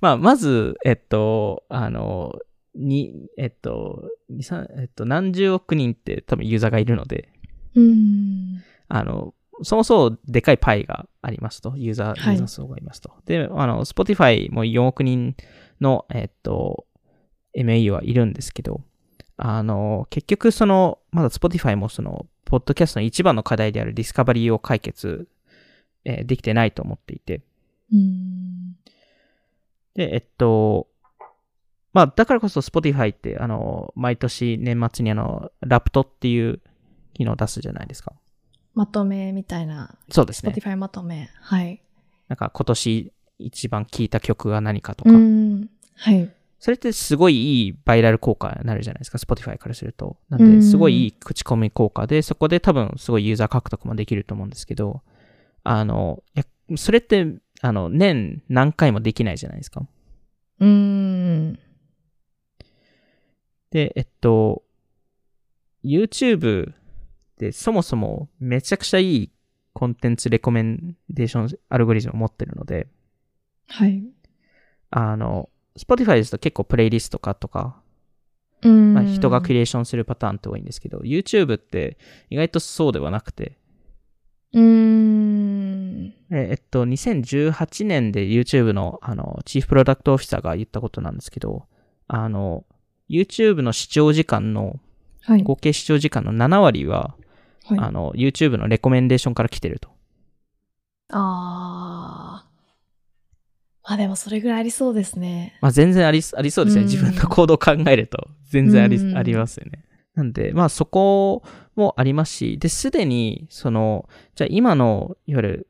B: まあ、まず、えっと、あの、に、えっと、二三、えっと、何十億人って多分ユーザーがいるので、
A: うーん。
B: あの、そもそもでかいパイがありますと、ユーザー、
A: はい
B: ユーザー層がいますと。で、あの、Spotify も4億人の、えっと、MAU はいるんですけど、あの、結局その、まだ Spotify もその、ポッドキャストの一番の課題であるディスカバリーを解決、えーできてないと思っていて、
A: うーん。
B: で、えっと、まあ、だからこそ Spotify って、あの、毎年年末にあの、ラプトっていう機能を出すじゃないですか。
A: まとめみたいな、
B: そうですね。
A: Spotify まとめ。はい。
B: なんか今年一番聴いた曲が何かとか、
A: うん。はい。
B: それってすごいいいバイラル効果になるじゃないですか、Spotify からすると。な
A: うんん
B: で、すごいいい口コミ効果で、そこで多分すごいユーザー獲得もできると思うんですけど、あの、いやそれって、あの、年何回もできないじゃないですか。
A: うん。
B: で、えっと、YouTube ってそもそもめちゃくちゃいいコンテンツレコメンデーションアルゴリズムを持ってるので、
A: はい。
B: あの、Spotify ですと結構プレイリスト化とか、
A: うん。
B: まあ、人がクリエーションするパターンって多いんですけど、YouTube って意外とそうではなくて、
A: うん。
B: ええっと、2018年で YouTube の、あの、チーフプロダクトオフィサーが言ったことなんですけど、あの、YouTube の視聴時間の、
A: はい。
B: 合計視聴時間の7割は、
A: はい、
B: あの、YouTube のレコメンデーションから来てると。
A: ああ。まあでもそれぐらいありそうですね。
B: まあ、全然ありありそうですね。
A: うん
B: 自分の行動を考えると、全然あり,、
A: うん
B: ありますよね。なんで、まあ、そこもありますし、で、すでに、その、じゃあ今の、いわゆる、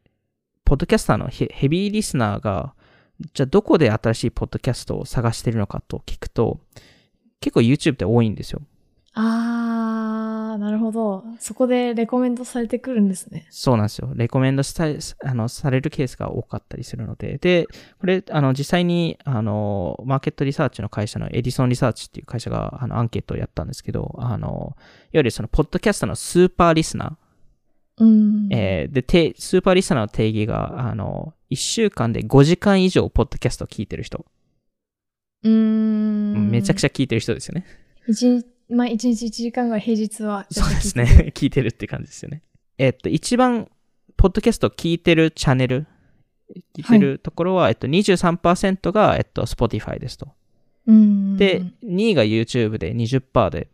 B: ポッドキャスターのヘヘビーリスナーが、じゃあどこで新しいポッドキャストを探してるのかと聞くと、結構 YouTube って多いんですよ。
A: ああ、なるほど。そこでレコメントされてくるんですね。
B: そうなんですよ。レコメンドしたいあのされるケースが多かったりするので、で、これ、あの、実際に、あの、マーケットリサーチの会社のエディソンリサーチっていう会社が、あの、アンケートをやったんですけど、あの、いわゆるその、ポッドキャストのスーパーリスナ
A: うん。
B: ー、えーで、てスーパーリスナーの定義が、あの、1週間で5時間以上、ポッドキャストを聞いてる人。
A: うーん。
B: めちゃくち
A: ゃ。
B: ゃ聞いてる人ですよね。
A: 一日、まあ一日1時間ぐらい平日は。
B: そうです。ね。聞いてるって感じですよね。えっと、一番、ポッドキャストを聞いてるチャンネル、聞いてるところは、えっと、23%が、えっと、Spotify ですと。
A: うん。
B: で、2位が YouTube で20%で。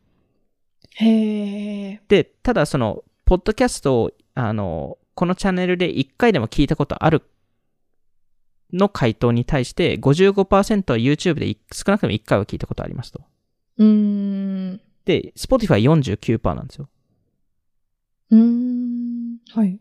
A: へえ。
B: で、ただ、その、ポッドキャストを、あの、このチャンネルで1回でも聞いたことあるの回答に対して、55%は YouTube でい少なくとも1回は聞いたことありますと。
A: うーん。
B: で、Spotify49% なんですよ。
A: うーん。はい。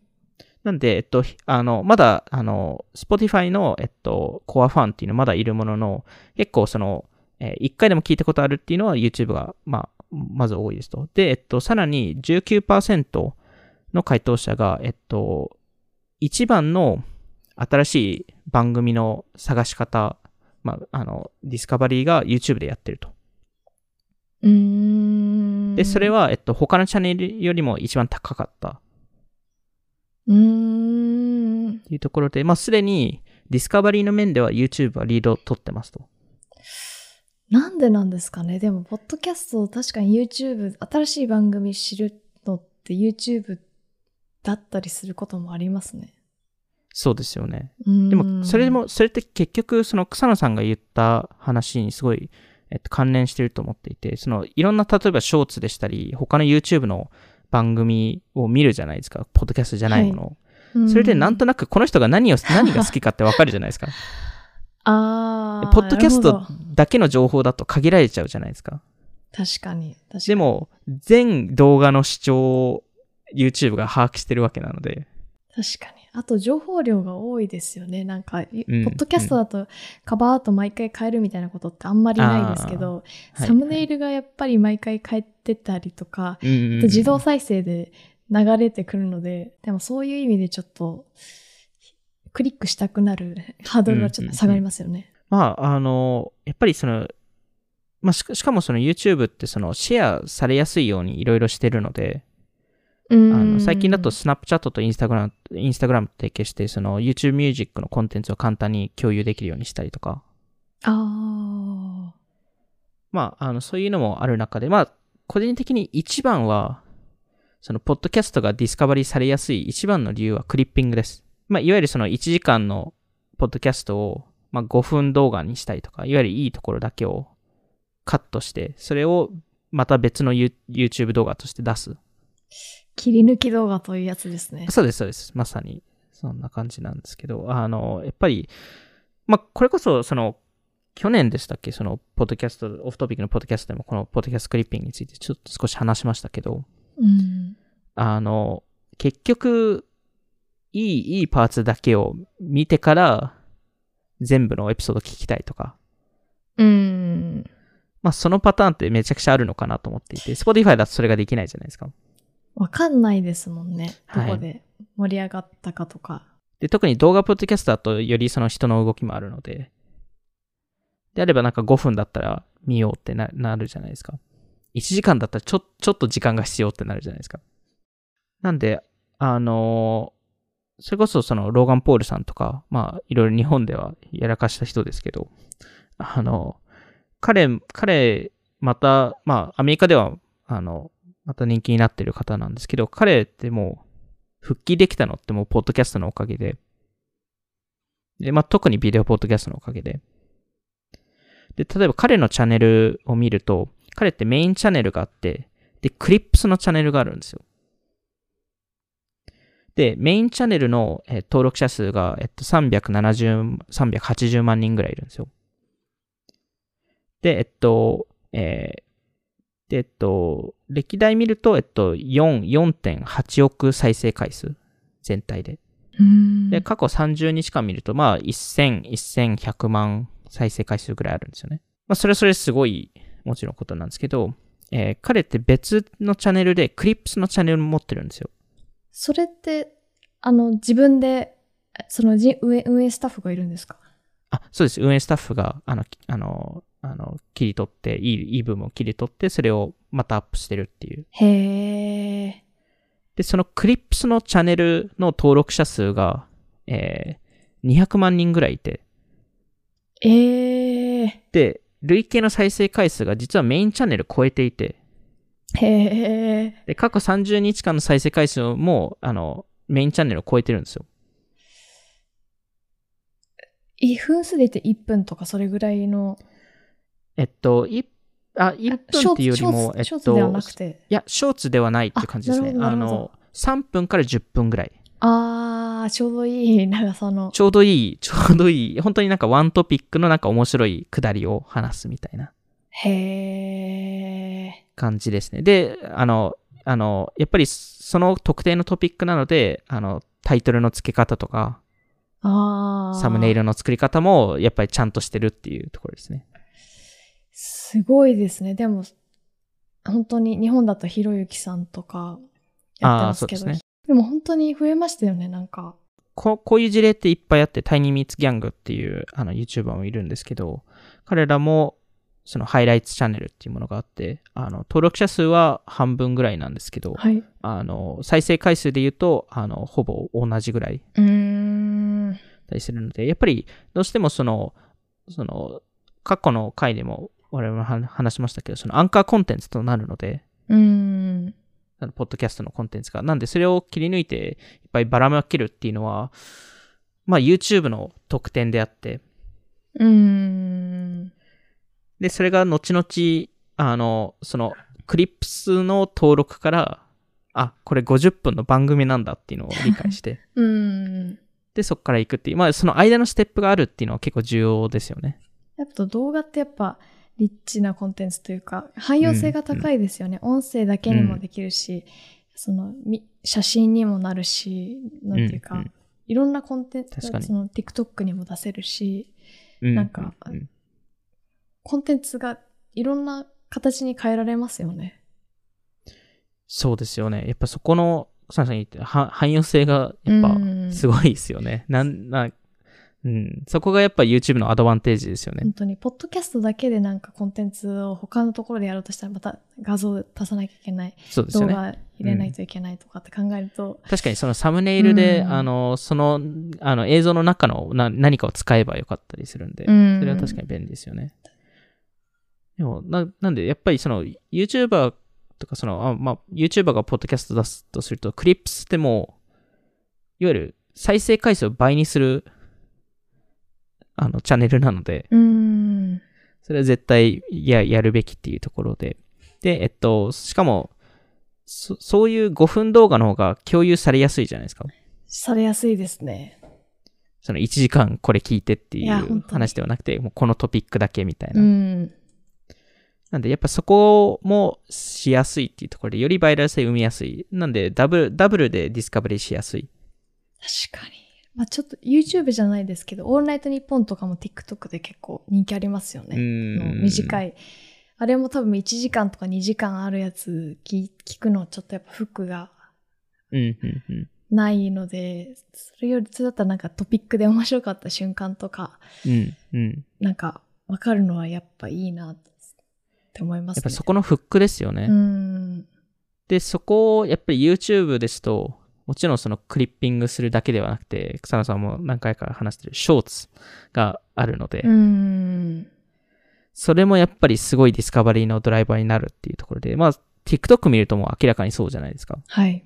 B: なんで、えっと、ひあの、まだ、あの、Spotify の、えっと、コアファンっていうのまだいるものの、結構その、えー一回でも聞いたことあるっていうのは YouTube が、まあ、まず多いですと。で、えっと、さらに19%の回答者が、えっと、一番の新しい番組の探し方、まあ、あの、ディスカバリーが YouTube でやってると。
A: うーん。
B: で、それ。は、えっと、他のチャンネルよりも一番高かった。
A: うーん。
B: というところで、まあ、すでにディスカバリーの面では YouTube はリードを取ってますと。
A: なんでなんですかねでも、ポッドキャストを確かに YouTube、新しい番組知るのって YouTube だったりすることもありますね。
B: そうですよね。
A: うーん
B: でも、それで、も、それって結局、その草野さんが言った話にすごい、えっと、関連してると思っていて、その、いろんな、例えばショーツでしたり、他の YouTube の番組を見るじゃないですか。ポッドキャストじゃないものを。それで、なんと
A: な
B: なくこの人が何を、 [LAUGHS] 何が好きかってわかるじゃないですか。
A: く、あー
B: ポッドキャス
A: なる
B: ト
A: ほど
B: だけの情報だと限られちゃうじゃないですか。
A: 確かに。確かに
B: で、も、全動画の視聴を YouTube が把握してるわけなので、
A: 確かに。あと、情報量が多いですよね。なんか、い
B: うん
A: ポッドキャストだと、カバーアート毎回変えるみたいなことってあんまりないですけど、サムネイ
B: ル、
A: ルがやっぱり毎回変えてたりとか、
B: うんうんうん
A: あと自動再生で流れてくるので、でもそういう意味でちょっと、クリックしたくなる [LAUGHS] ハードルがちょっと下がりますよね。
B: まあ、あの、やっぱりその、まあ、しかしかもその YouTube ってそのシェアされやすいようにいろいろしてるので、あ
A: うん
B: の最近だと Snapchat と Instagram, Instagram と提携してその YouTube Music のコンテンツを簡単に共有できるようにしたりとか、
A: あ
B: まあ、あのそういうのもある中で、まあ、個人的に一番は、その、ポッドキャストがディスカバリーされやすい一番の理由はクリッピングです。まあ、いわゆるその1時間のポッドキャストを、まあ、5分動画にしたりとか、いわゆるいいところだけをカットして、それをまた別の You- YouTube 動画として出す。
A: ー、切り抜き動画というやつですね。
B: そうです、そうです。まさに、そんな感じなんですけど、あの、やっぱり、まあ、これこそ、その、去年でしたっけその、ポッドキャスト、オフトピックのポッドキャストでも、このポッドキャストクリッピングについてちょっと少し話しましたけど、
A: うん。
B: あの、結局、いい、いいパーツだけを見てから、全部のエピソード聞きたいとか、
A: うん。
B: まあ、そのパターンってめちゃくちゃあるのかなと思っていて、Spotify だとそれができないじゃないですか。
A: わかんないですもんね。ど
B: はい
A: こで盛り上がったかとか。
B: で、特に動画ポッドキャストだとよりその人の動きもあるので、であればなんか5分だったら見ようってななるじゃないですか。1時間だったらちょちょっと時間が必要ってなるじゃないですか。なんで、あのーそれこそそのローガン・ポールさんとか、まあいろいろ日本ではやらかした人ですけど、あの彼、彼、また、まあアメリカでは、あの、また人気になってる方なんですけど、彼ってもう復帰できたのってもうポッドキャストのおかげで、で、まあ、特にビデオポッドキャストのおかげで。で、例えば彼のチャンネルを見ると、彼ってメインチャンネルがあって、で、クリップスのチャンネルがあるんですよ。で、メインチャンネルの、えー登録者数が、えっと、370、380万人ぐらいいるんですよ。で、えっと、えーで、えっと、歴代見ると、えっと、4、4.8億再生回数、全体で。
A: うん
B: で、過去30日間見ると、まあ、1000、1100万再生回数ぐらいあるんですよね。まあ、それはそれすごい、もちろんことなんですけど、えー彼って別のチャンネルで、クリップスのチャンネルも持ってるんですよ。
A: それって、あの、自分で、そのじ運営運営スタッフがいるんですか
B: あ、そうです。運営スタッフが、あの、きあの、あの、切り取って、いい、いい部分を切り取って、それをまたアップしてるっていう。
A: へえ。
B: で、そのクリップスのチャンネルの登録者数が、えー200万人ぐらいいて、
A: ええ。
B: で、累計の再生回数が実はメインチャンネル超えていて、
A: へえ。
B: で、過去30日間の再生回数も、あの、メインチャンネルを超えてるんですよ。
A: い分数で言って1分とかそれぐらいの。
B: えっと、い、あ、1
A: ショー
B: 分っていうよりも、
A: ショーツ
B: えっ
A: ショー
B: と、
A: ツではなくて。
B: いや、ショーツではないっていう感じですね。
A: あ
B: あ
A: なるほどなるほ
B: の、3分から10分ぐらい。
A: あー、ちょうどいい長さの。
B: ちょうどいい、ちょうどいい、本当になんかワントピックのなんか面白いくだりを話すみたいな
A: へえ。
B: 感じですね。で、あの、あの、やっぱりその特定のトピックなので、あの、タイトルの付け方とか、
A: あー。
B: サムネイルの作り方も、やっぱりちゃんとしてるっていうところですね。
A: すごいですね。でも、本当に日本だとひろゆきさんとかやってますけ
B: あー
A: ど、
B: そうですね
A: でも本当に増えましたよね、なんか。
B: ここういう事例っていっぱいあって、タイニーミーツギャングっていうあの YouTuber もいるんですけど、彼らもそのハイライツチャンネルっていうものがあって、あの登録者数は半分ぐらいなんですけど、
A: はい。う
B: あの再生回数で言うとあのほぼ同じぐらい
A: ーん。
B: だったりするので、やっぱりどうしてもその、その過去の回でも我々も話話しましたけど、そのアンカーコンテンツとなるので、
A: うーん。
B: あのポッドキャストのコンテンツが。なんで、それを切り抜いて、いっぱいばらまけるっていうのは、まあ、YouTube の特典であって、
A: うーん。
B: で、それが後々、あの、その、クリップスの登録から、あ、これ50分の番組なんだっていうのを理解 [LAUGHS] して、
A: うーん。
B: で、そこから行くっていう、まあ、その間のステップがあるっていうのは結構重要ですよね。
A: やっぱ動画ってやっぱリッチなコンテンツというか汎用性が高いですよね、音声だけにもできるし、そのみ写真にもなるしなんていうか、
B: うんうん
A: いろんなコンテンツ
B: 確かに
A: その TikTok にも出せるし
B: う
A: なんか
B: うんうん
A: コンテンツがいろんな形に変えられますよね。
B: そうですよね。やっぱそこの、さんさん言って、は汎用性が、やっぱ、
A: うん
B: すごいですよね。なん、なん、うん。そこがやっぱ YouTube のアドバンテージですよね
A: 本。当にポッドキャストだけでなんかコンテンツを他のところでやろうとしたらまた画像を足さなきゃいけない、
B: そうです
A: 動
B: よね。
A: 画入れないといけないとかって考えると、
B: 確かにそのサムネイルで、
A: うん
B: あの、その、あの、映像の中のな何かを使えばよかったりするんで、
A: うん
B: それは確かに便利ですよね。でも、な、なんで、やっぱりその、YouTuber とか、その、あまあ、YouTuber がポッドキャスト出すとすると、クリップスってもう、いわゆる再生回数を倍にする、あの、チャンネルなので、
A: うーん
B: それは絶対ややるべきっていうところで。で、えっと、しかも、そそういう5分動画の方が共有されやすいじゃないですか。
A: されやすいですね。
B: その1時間これ聞いてってい
A: いや本当
B: う
A: に
B: 話ではなくて、もうこのトピックだけみたいな。
A: うん。
B: なんで、やっぱそこもしやすいっていうところで、よりバイラル性生みやすい。なんで、ダブル、ダブルでディスカバリーしやすい。
A: 確かに。まあちょっと YouTube じゃないですけど、オールナイトニッポンとかも TikTok で結構人気ありますよね。の短
B: い。
A: い。あれも多分1時間とか2時間あるやつ聞聞くのちょっとやっぱフックが
B: うん、うん、うん。
A: ないので、それより、それだったらなんかトピックで面白かった瞬間とか、
B: うん、うん。
A: なんか分かるのはやっぱいいなって思いますね。
B: やっぱそこのフックですよね。
A: うん。
B: で、そこをやっぱり YouTube ですと、もちろんそのクリッピングするだけではなくて、草野さんも何回か話してるショーツがあるので、
A: うん。
B: それもやっぱりすごいディスカバリーのドライバーになるっていうところで、まあ TikTok 見るともう明らかにそうじゃないですか。
A: はい。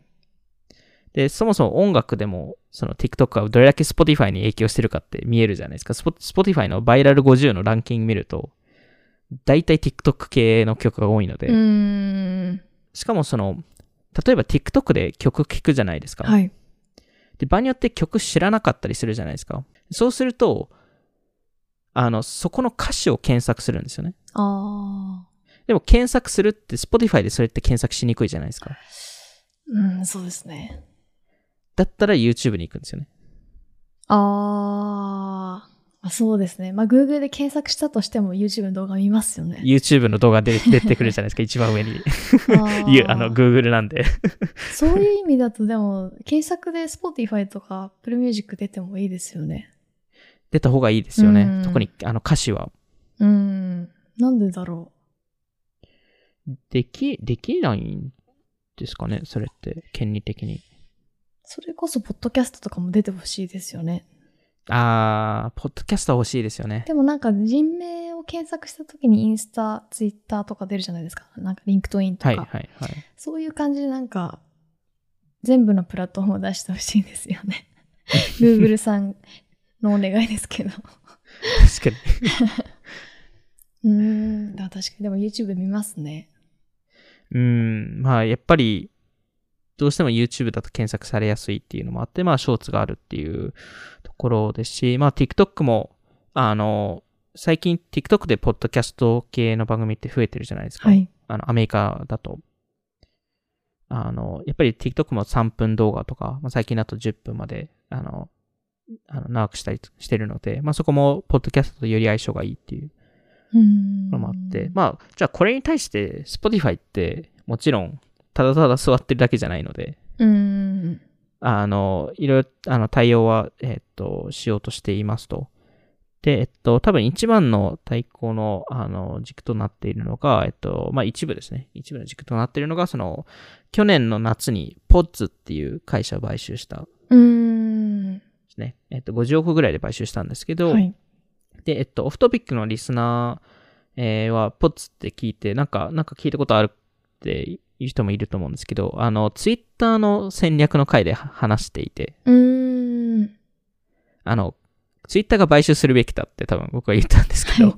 B: で、そもそも音楽でも、その TikTok がどれだけ Spotify に影響してるかって見えるじゃないですか。スポ Spotify のバイラル50のランキング見ると、大体 TikTok 系の曲が多いので、
A: うん。
B: しかもその、例えば TikTok で曲聴くじゃないですか。
A: はい。
B: で、場合によって曲知らなかったりするじゃないですか。そうすると、あの、そこの歌詞を検索するんですよね。
A: ああ。
B: でも検索するって、Spotify でそれって検索しにくいじゃないですか。
A: うん、そうですね。
B: だったら YouTube に行くんですよね。
A: ああ。そうですね。まあ、Google で検索したとしても YouTube の動画見ますよね。
B: YouTube の動画で出てくるじゃないですか、一番
A: [LAUGHS]
B: 上に。
A: ー
B: [LAUGHS] いう、あの、Google なんで。
A: そういう意味だと、でも、検索で Spotify とか Apple Music 出てもいいですよね。
B: 出た方がいいですよね。
A: うん
B: 特に、あの、歌詞は。
A: うん。なんでだろ
B: でき、できないんですかね、それって、権利的に。
A: う。それこそ、ポッドキャストとかも出てほしいですよね。
B: あー、ポッドキャストは欲しいですよね。
A: でもなんか、人名を検索した時にインスタ、ツイッターとか出るじゃないですか。なんか、リンクトインとか。
B: はい、はい、はい。
A: そういう感じでなんか、全部のプラットフォームを出してほしいんですよ
B: [LAUGHS]
A: ね。Google さんのお願いですけど。
B: 確か
A: うー
B: に。
A: ん、だから確かに。でも YouTube 見ますね。
B: うん、まあやっぱり、どうしても YouTube だと検索されやすいっていうのもあって、まあショーツがあるっていうところですし、まあ TikTok も、あの、最近 TikTok でポッドキャスト系の番組って増えてるじゃないですか。
A: はい。
B: あの、アメリカだと。あの、やっぱり TikTok も3分動画とか、まあ、最近だと10分まで、あの、あの長くしたりしてるので、まあそこもポッドキャストとより相性がいいっていう
A: うーん。
B: のもあって、まあ、じゃあこれに対して、Spotify って、もちろん、ただただ座ってるだけじゃないので、
A: うーん。
B: あの、いろいろ、あの、対応は、えっと、しようとしていますと。で、えっと、多分一番の対抗の、あの、軸となっているのが、えっと、まあ一部ですね。一部の軸となっているのが、その、去年の夏に、ポッツっていう会社を買収した、
A: うーん。
B: ですね。えっと、50億ぐらいで買収したんですけど、
A: はい。
B: で、えっと、オフトピックのリスナーえーは、ポツって聞いて、なんか、なんか聞いたことあるっていう人もいると思うんですけど、あの、ツイッターの戦略の回では話していて、
A: うーん。
B: あの、ツイッターが買収するべきだって多分僕は言ったんですけど、
A: はい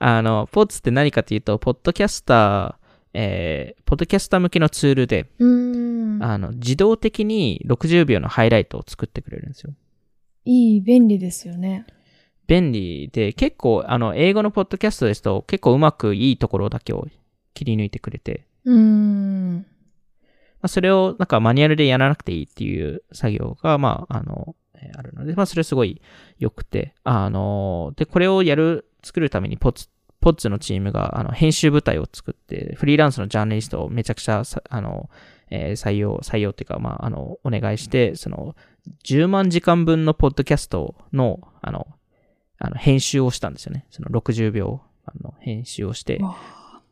B: あの、ポツって何かというと、ポッドキャスター、えーポッドキャスター向けのツールで、
A: うーん。
B: あの、自動的に60秒のハイライトを作ってくれるんですよ。
A: いい、便利ですよね。
B: 便利で、結構、あの、英語のポッドキャストですと、結構うまくいいところだけを切り抜いてくれて、
A: うーん。
B: まあ、それをなんかマニュアルでやらなくていいっていう作業が、まあ、あの、えーあるので、まあ、それすごい良くて、あの、で、これをやる、作るためにポッツ、ポッツのチームが、あの、編集部隊を作って、フリーランスのジャーナリストをめちゃくちゃさ、あの、えー採用、採用っていうか、まあ、あの、お願いして、その、10万時間分のポッドキャストの、あの、あの編集をしたんですよね。その60秒、あの、編集をして、
A: わ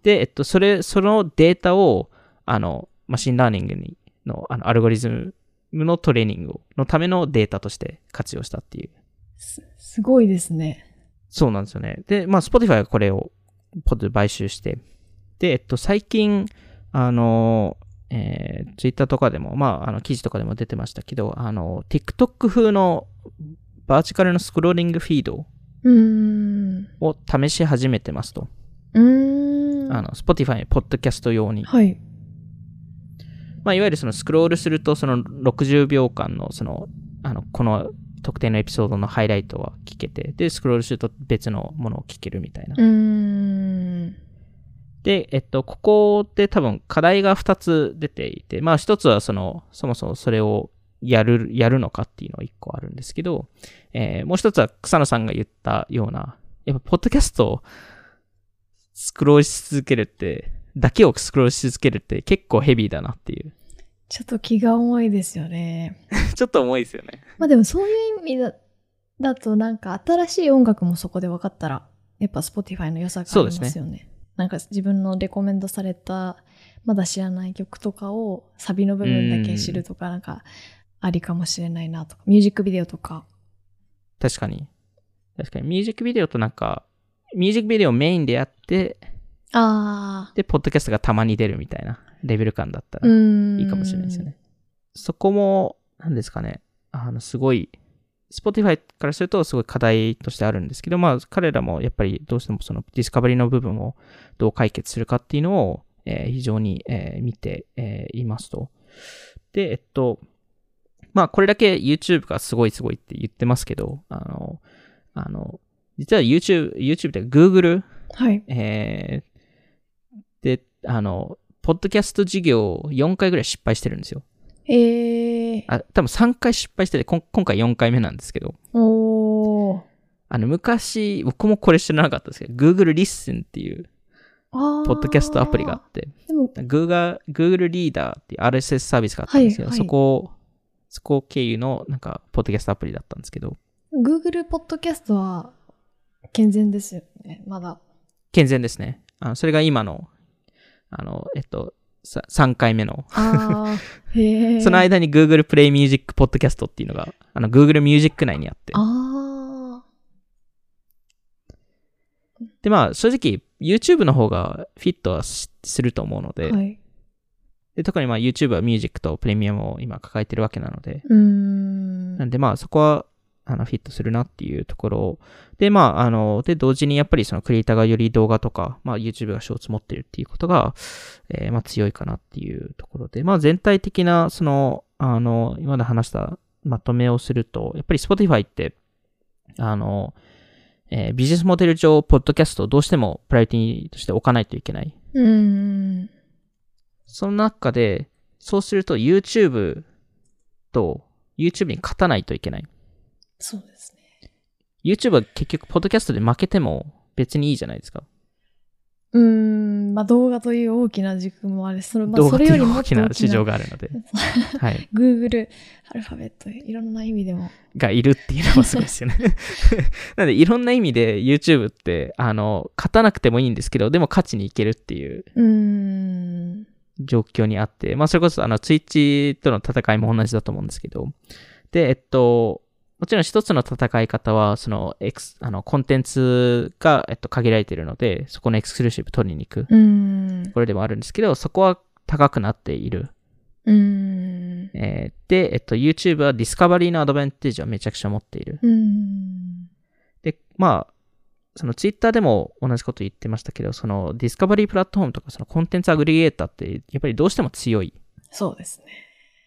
B: で、えっと、それ、そのデータを、あの、マシンラーニングにの、あの、アルゴリズムのトレーニングをのためのデータとして活用したっていう。
A: す、すごいですね。
B: そうなんですよね。で、まあ、Spotify がこれを、ポッドで買収して。で、えっと、最近、あの、えー、Twitter とかでも、まあ、あの、記事とかでも出てましたけど、あの、TikTok 風のバーチカルのスクローリングフィード
A: うーん。
B: を試し始めてますと。
A: うーん。
B: あの、Spotify、ポッドキャスト用に。
A: はい。
B: まあ、いわゆるそのスクロールすると、その60秒間の、その、あの、この特定のエピソードのハイライトは聞けて、で、スクロールすると別のものを聞けるみたいな。
A: うーん。
B: で、えっと、ここで多分課題が2つ出ていて、まあ1つはその、そもそもそれをやる、やるのかっていうのは1個あるんですけど、えーもう1つは草野さんが言ったような、やっぱポッドキャストをスクロールし続けるって、だけをスクロールし続けるって結構ヘビーだなっていう。
A: ちょっと気が重いですよね。
B: [LAUGHS] ちょっと重いですよね。
A: まあでもそういう意味だだとなんか新しい音楽もそこで分かったらやっぱ Spotify の良さがありますよね。なんか自分のレコメンドされたまだ知らない曲とかをサビの部分だけ知るとかなんかありかもしれないなとかミュージックビデオとか。
B: 確かに。確かに、ミュージックビデオとなんか、ミュージックビデオメインでやって、
A: あ
B: で、ポッドキャストがたまに出るみたいなレベル感だった
A: あ。
B: ら。
A: うん。
B: いいかもしれないですよね。。そこも、なんですかね、あの、すごい、Spotify からするとすごい課題としてあるんですけど、まあ、彼らもやっぱりどうしてもそのディスカバリーの部分をどう解決するかっていうのを、えー非常に、えー見て、えーいますと。で、えっと、まあ、これだけ YouTube がすごいすごいって言ってますけど、あの、あの、実は YouTube、YouTube っていうか Google
A: はい。
B: えーで、あの、ポッドキャスト事業4回ぐらい失敗してるんですよ。
A: えー。
B: あ、多分3回失敗してて、こん今回4回目なんですけど、
A: おー。
B: あの、昔、僕もこれ知らなかったんですけど、Google Listen っていう、
A: あ
B: ポッドキャストアプリがあって、
A: ー。でも、
B: Google, Google Reader っていう RSS サービスがあったんですけど、
A: はいはい
B: そこを、そこ経由の、なんか、ポッドキャストアプリだったんですけど、
A: Google ポッドキャストは健全ですよね、ま
B: [LAUGHS]
A: だ。
B: 健全ですね。あのそれが今の、あの、えっと、さ3回目の
A: ああ、へえ。
B: その間に Google Play Music Podcast っていうのが、あの Google Music 内にあって。
A: あ
B: で、まあ正直 YouTube の方がフィットはしすると思うの
A: あ、
B: で,、
A: はい。
B: で、特にまあ YouTube は Music とプレミアムを今抱えてるわけなので、
A: うーん。
B: なんでまあそこはあのフィットするなっていうところを。で、まああの、で、同時にやっぱりそのクリエイターがより動画とか、まあ YouTube がショーツ持ってるっていうことが、えーまあ強いかなっていうところで、まあ全体的なその、あの、今まで話したまとめをすると、やっぱり Spotify って、あの、えービジネスモデル上、ポッドキャストをどうしてもプライオリティとして置かないといけない。
A: うーん。
B: その中で、そうすると YouTube と YouTube に勝たないといけない。
A: そうですね。
B: YouTube は結局、ポッドキャストで負けても別にいいじゃないですか。
A: うーん、まあ動画という大きな軸もあれ、それ,、まあ、
B: 動
A: そ
B: 画と
A: れよ
B: い
A: り
B: う
A: もっ
B: 大
A: と
B: きな市場があるので。はい。
A: Google アルファベット、いろんな意味でも。
B: がいるっていうのもすごいですよね。 [LAUGHS] なので、いろんな意味で YouTube って、あの、勝たなくてもいいんですけど、でも勝ちにいけるっていう
A: うーん。
B: 状況にあって、まあ、それこそ、あの、Twitch との戦いも同じだと思うんですけど、で、えっと、もちろん一つの戦い方は、その、エクスあの、コンテンツが、えっと、限られているので、そこのエクスクルーシブ取りに行く。
A: うーん。
B: これでもあるんですけど、そこは高くなっている。
A: うーん。
B: えーで、えっと、YouTube はディスカバリーのアドバンテージをめちゃくちゃ持っている。
A: うーん。
B: で、まあ、その Twitter でも同じこと言ってましたけど、そのディスカバリープラットフォームとか、そのコンテンツアグリゲーターって、やっぱりどうしても強い
A: そうですね。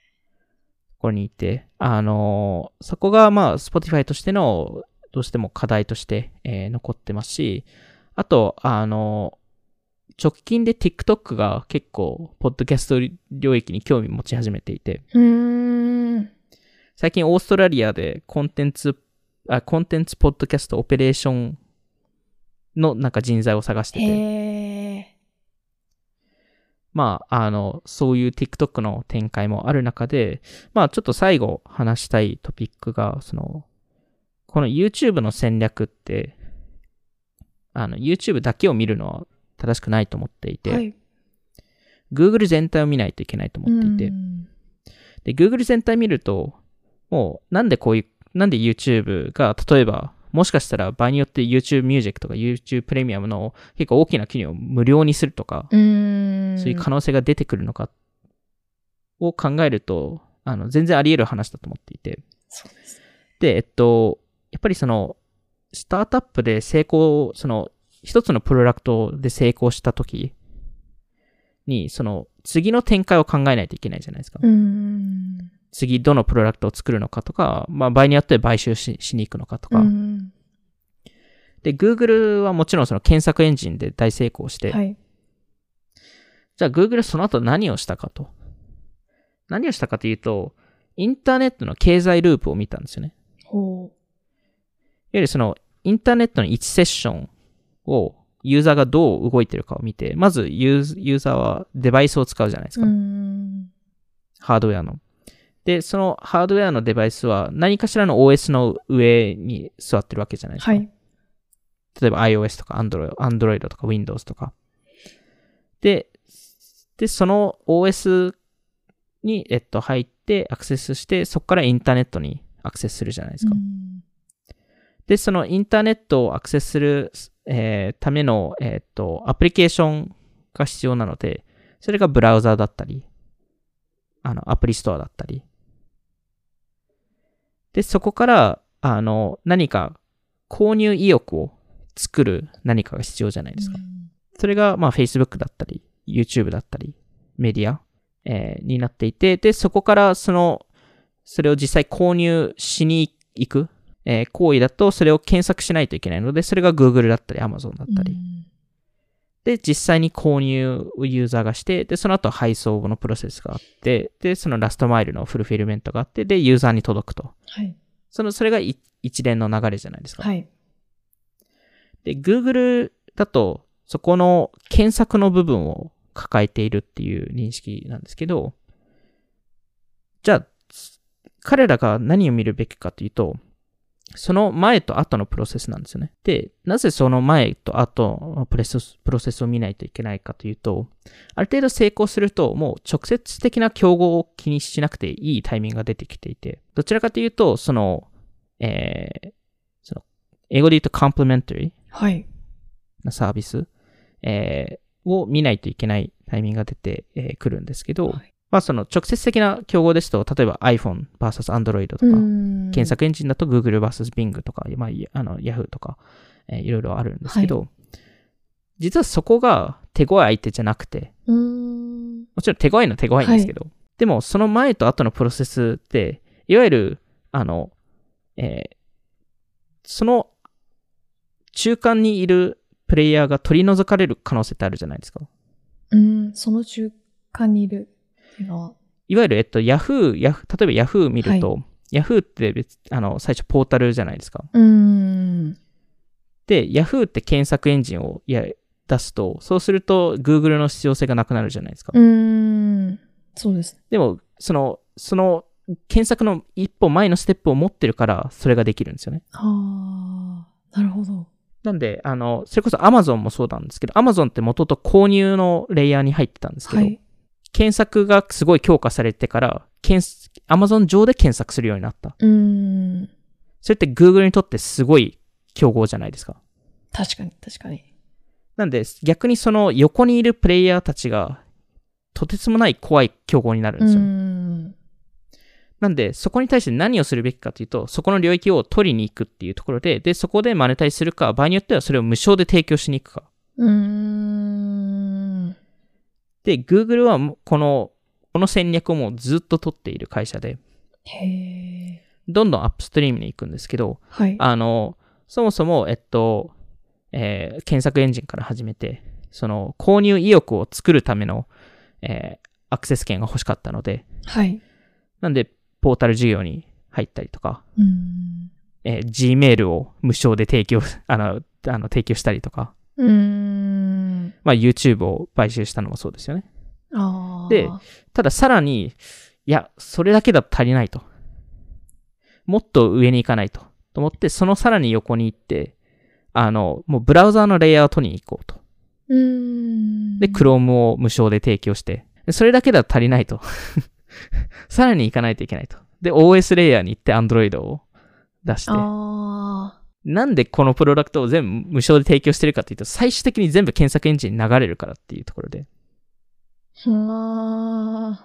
B: ところにいて、あのーそこがまあ、Spotify としての、どうしても課題として、えー残ってますし、あと、あのー直近で TikTok が結構、ポッドキャスト領域に興味持ち始めていて、
A: うーん。
B: 最近オーストラリアでコンテンツ、あ、コンテンツポッドキャストオペレーションのなんか人材を探してて、
A: へえ。
B: まあ、あの、そういう TikTok の展開もある中で、まあ、ちょっと最後話したいトピックが、その、この YouTube の戦略って、あの、YouTube だけを見るのは正しくないと思っていて、
A: はい。
B: Google 全体を見ないといけないと思っていて、
A: うーん
B: で、Google 全体見ると、もう、なんでこういう、なんで YouTube が、例えば、もしかしたら場合によって YouTube Music とか YouTube プレミアムの結構大きな企業を無料にするとか、
A: うーん。
B: そういう可能性が出てくるのかを考えると、あの、全然あり得る話だと思っていて。
A: そうです。
B: で、えっと、やっぱりその、スタートアップで成功、その、一つのプロダクトで成功した時に、その、次の展開を考えないといけないじゃないですか。
A: うーん。
B: 次どのプロダクトを作るのかとか、まあ、場合によって買収ししに行くのかとか、
A: うん
B: で Google はもちろんその検索エンジンで大成功して、
A: はい。
B: じゃあ Google その後何をしたかと何をしたかというとインターネットの経済ループを見たんですよね
A: ほ
B: いわゆるそのインターネットの1セッションをユーザーがどう動いてるかを見て、まずユーユーザーはデバイスを使うじゃないです
A: う。う
B: か、
A: ん。
B: ハードウェアの。で、そのハードウェアのデバイスは何かしらの OS の上に座ってるわけじゃないですか。
A: はい。
B: 例えば iOS とか Android, Android とか Windows とか。で、で、その OS に、えっと、入ってアクセスして、そこからインターネットにアクセスするじゃないですか。
A: うん
B: で、そのインターネットをアクセスする、えーための、えーっとアプリケーションが必要なので、それがブラウザーだったり、あのアプリストアだったり。で、そこからあの何か購入意欲を作る何かが必要じゃないですか。それが、まあ、Facebook だったり、YouTube だったり、メディア、えーになっていて、で、そこから、その、それを実際購入しに行く、えー行為だと、それを検索しないといけないので、それが Google だったり、Amazon だったり、
A: うん
B: で、実際に購入をユーザーがして、で、その後配送のプロセスがあって、で、そのラストマイルのフルフィルメントがあって、で、ユーザーに届くと。
A: はい。
B: その、それがい一連の流れじゃないですか。
A: はい。
B: で、Google だと、そこの検索の部分を抱えているっていう認識なんですけど、じゃあ、彼らが何を見るべきかというと、その前と後のプロセスなんですよね。で、なぜその前と後のプレスプロセスを見ないといけないかというと、ある程度成功すると、もう直接的な競合を気にしなくていいタイミングが出てきていて、どちらかというと、その、えーその、英語で言うと complementary
A: はい。
B: なサービス、えーを見ないといけないタイミングが出てく、えーくるんですけど、
A: はい
B: まあその直接的な競合ですと、例えば iPhone vs Android とか、検
A: 検。
B: 索エンジンだと Google vs Bing とか、まあ、いあの Yahoo とか、えーいろいろあるんですけど、実はそこが手強い相手じゃなくて、
A: うん。
B: もちろん手強いのは手強いんですけど、でもその前と後のプロセスって、いわゆる、あの、えーその中間にいるプレイヤーが取り除かれる可能性ってあるじゃないですか。
A: うん。その中間にいるっていうのは。
B: いわゆる、えっと、Yahoo、Yahoo 例えば Yahoo 見ると、Yahoo って別、あの、最初ポータルじゃないですか。
A: うん。
B: で、Yahoo って検索エンジンをいや出すと、そうすると Google の必要性がなくなるじゃないですか。
A: うん。そうです。
B: でも、その、その、検索の一歩前のステップを持ってるから、それができるんですよね。
A: ああ。なるほど。
B: なんで、あの、それこそ Amazon もそうなんですけど、Amazon って元々購入のレイヤーに入ってたんですけど、
A: はい。
B: 検索がすごい強化されてから、検索 Amazon 上で検索するようになった。
A: うん。
B: それって Google にとってすごい競合じゃないですか。
A: 確かに、確かに。
B: なんで、逆にその横にいるプレイヤーたちが、とてつもない怖い競合になるん
A: う
B: ですよ。
A: ん。
B: なんで、そこに対して何をするべきかというと、そこの領域を取りに行くっていうところで、で、そこでマネタイズするか、場合によってはそれを無償で提供しに行くか。
A: うん。
B: で、Google はもうこの、この戦略をもうずっと取っている会社で、
A: へえ。
B: どんどんアップストリームに行くんですけど、
A: はい。
B: あの、そもそも、えっと、えー検索エンジンから始めて、その、購入意欲を作るための、えーアクセス権が欲しかったので、
A: はい。
B: なんで、ポータル事業に入ったりとか、
A: うん。
B: えー Gmail を無償で提供、 [LAUGHS] あの、あの提供したりとか、
A: うん。
B: まあ、YouTube を買収したのもそうですよね。
A: ああ。
B: でただ、さらに、いや、それだけだと足りないと。もっと上に行かないと。と思って、そのさらに横に行って、あの、もうブラウザーのレイヤーを取りに行こうと。
A: うん。
B: で、Chrome を無償で提供して、でそれだけだと足りないと。 [LAUGHS] さらに行かないといけないと。で、OS レイヤーに行って Android を出して。
A: ああ。
B: なんでこのプロダクトを全部無償で提供してるかっていうと、最終的に全部検索エンジンに流れるからっていうところで、
A: あ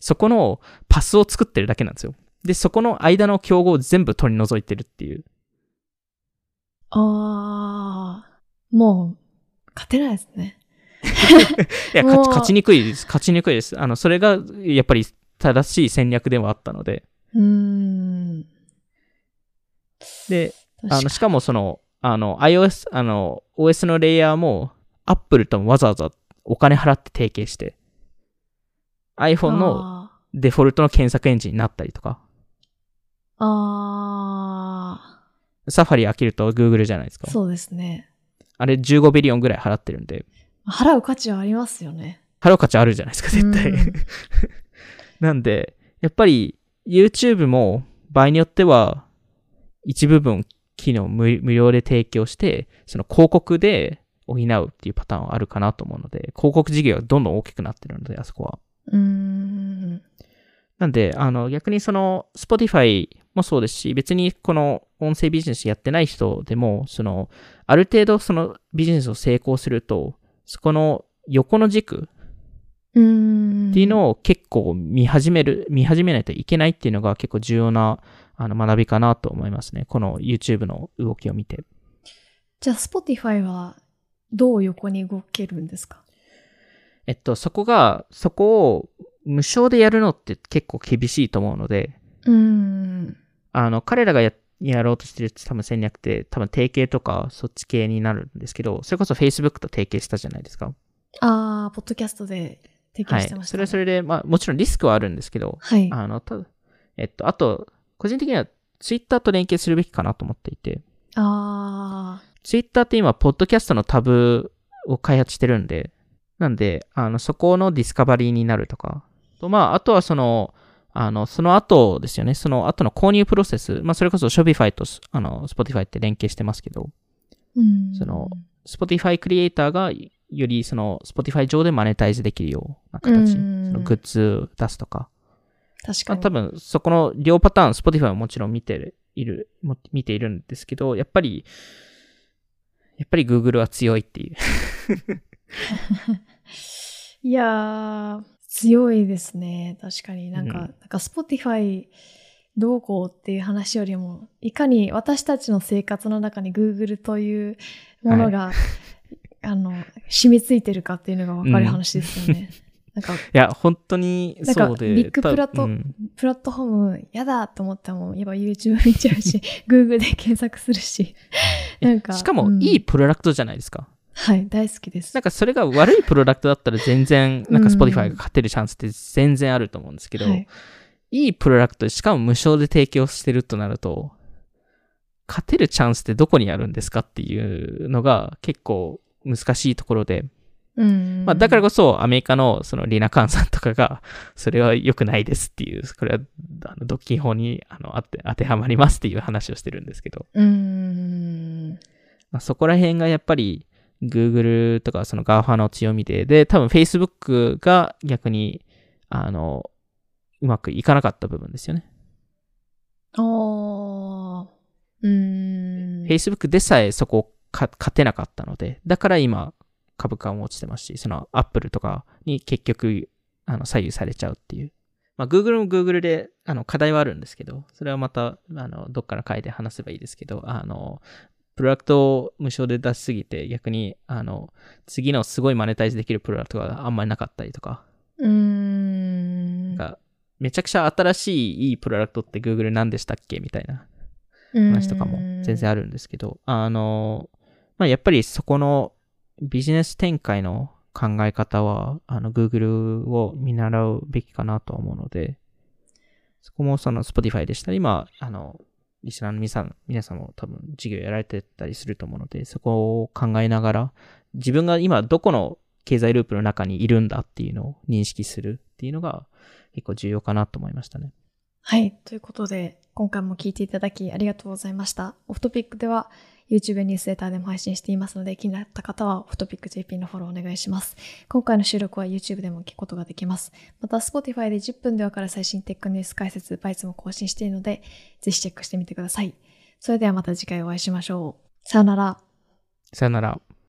B: そこのパスを作ってるだけなんですよ。で、そこの間の競合を全部取り除いてるっていう。
A: あ。ああ。もう、勝てないですね。
B: いや、
A: もう
B: 勝ち勝ちにくいです。勝ちにくいです。あの、それが、やっぱり正しい戦略でもあったので。
A: うーん。
B: で、
A: 確
B: あ
A: か
B: のしかもその、あの、iOS、あの、OS のレイヤーも、Apple ともわざわざお金払って提携して、iPhone の
A: あ
B: デフォルトの検索エンジンになったりとか、
A: ーあ
B: サファリ飽きると Google じゃないですか
A: ー、。そうですね。
B: あれ15ビリオンぐらい払ってるんで、
A: 払う価値はありますよね。
B: 払う価値あるじゃないですか、絶対。
A: うん
B: なんで、やっぱり YouTube も場合によっては、一部分機能無無料で提供して、その広告で補うっていうパターンはあるかなと思うので、広告事業がどんどん大きくなってるので、あそこは。
A: うーん。
B: なんで、あの、逆にその、Spotify もそうですし、別にこの音声ビジネスやってない人でも、その、ある程度そのビジネスを成功すると、そこの横の軸
A: うーん。
B: っていうのを結構見始める、見始めないといけないっていうのが結構重要なあの学びかなと思いますね。この YouTube の動きを見て。
A: じゃあ、Spotify はどう横に動けるんですか
B: えっと、そこが、そこを無償でやるのって結構厳しいと思うので、
A: うーん。
B: あの、彼らがややろうとしてる多分戦略って多分提携とかそっち系になるんですけど、それこそ Facebook と提携したじゃないですか。
A: ああ、ポッドキャストで提供
B: は
A: し
B: い
A: てま。した、
B: そ
A: ね
B: れはそれで、まあもちろんリスクはあるんですけど、
A: はい。
B: あの、たえっと、あと、個人的には Twitter と連携するべきかなと思っていて、
A: あ
B: ツイッターって今、ポッドキャストのタブを開発してるんで、なんで、あの、そこのディスカバリーになるとか、と、まあ、あとはその、あの、その後ですよね、その後の購入プロセス、まあ、それこそ Shopify と、あの、Spotify って連携してますけど、
A: ーうん。
B: その Spotify クリエイターがよりその Spotify 上でマネタイズできるような形、そ
A: うん
B: のグッズ出すとか、
A: 確
B: ま
A: か
B: あ、
A: に。
B: 多分そこの両パターン、Spotify はもちろん見てるいる、も見ているんですけど、やっぱり、やっぱり Google は強いっていう。
A: いやー、強いですね。確かになんか、
B: うん
A: なんか Spotify どうこうっていう話よりも、いかに私たちの生活の中に Google というものが、 [LAUGHS] あの、染みついてるかっていうのが分かる話ですよね。 [LAUGHS] なんか、
B: いや、本当に
A: なんか
B: そうで。
A: ビッグ
B: た
A: プラット
B: うん
A: プラットフォーム嫌だと思ったらもん、今 YouTube 見ちゃう
B: [LAUGHS]
A: し、Google で検索するし、 [LAUGHS] なんか。
B: しか
A: う
B: も、
A: ん
B: いいプロダクトじゃないですか。
A: はい、大好きです。
B: なんか、それが悪いプロダクトだったら全然、なんか
A: うん
B: Spotify が勝てるチャンスって全然あると思うんですけど、
A: はいい、
B: いプロダクトで、しかも無償で提供してるとなると、勝てるチャンスってどこにあるんですかっていうのが結構難しいところで、
A: うん
B: まあ、だからこそアメリカのそのリナ・カーンさんとかが、それは良くないですっていう、これはあの独禁法にあの当て当てはまりますっていう話をしてるんですけど、
A: うん。
B: まあ、そこら辺がやっぱり Google とかその GAFA の強みで、で、多分 Facebook が逆に、あの、うまくいかなかった部分ですよね。
A: ああ。うーん。
B: Facebook でさえそこをか勝てなかったので、だから今株価も落ちてますし、その Apple とかに結局あの左右されちゃうっていう。まあ Google も Google であの課題はあるんですけど、それはまたあのどっかの回で話せばいいですけど、あの、プロダクトを無償で出しすぎて逆にあの次のすごいマネタイズできるプロダクトがあんまりなかったりとか、
A: うーん。
B: なんかめちゃくちゃ新しいいいプロダクトって Google 何でしたっけみたいな
A: 話
B: 話とかも全然あるんですけど、あの、まあ、やっぱりそこのビジネス展開の考え方は、あの、Google を見習うべきかなと思うので、そこもその Spotify でしたり、今、あの、リスナーの皆さん、皆さんも多分事業やられてたりすると思うので、そこを考えながら、自分が今どこの経済ループの中にいるんだっていうのを認識するっていうのが結構重要かなと思いましたね。
A: はい。ということで、今回も聞いていただきありがとうございました。オフトピックでは YouTube ニュースレターでも配信していますので、気になった方はオフトピック JP のフォローお願いします。今回の収録は YouTube でも聞くことができます。また Spotify で10分でわかる最新テックニュース解説、バイツも更新しているので、ぜひチェックしてみてください。それではまた次回お会いしましょう。さよなら。
B: さよなら。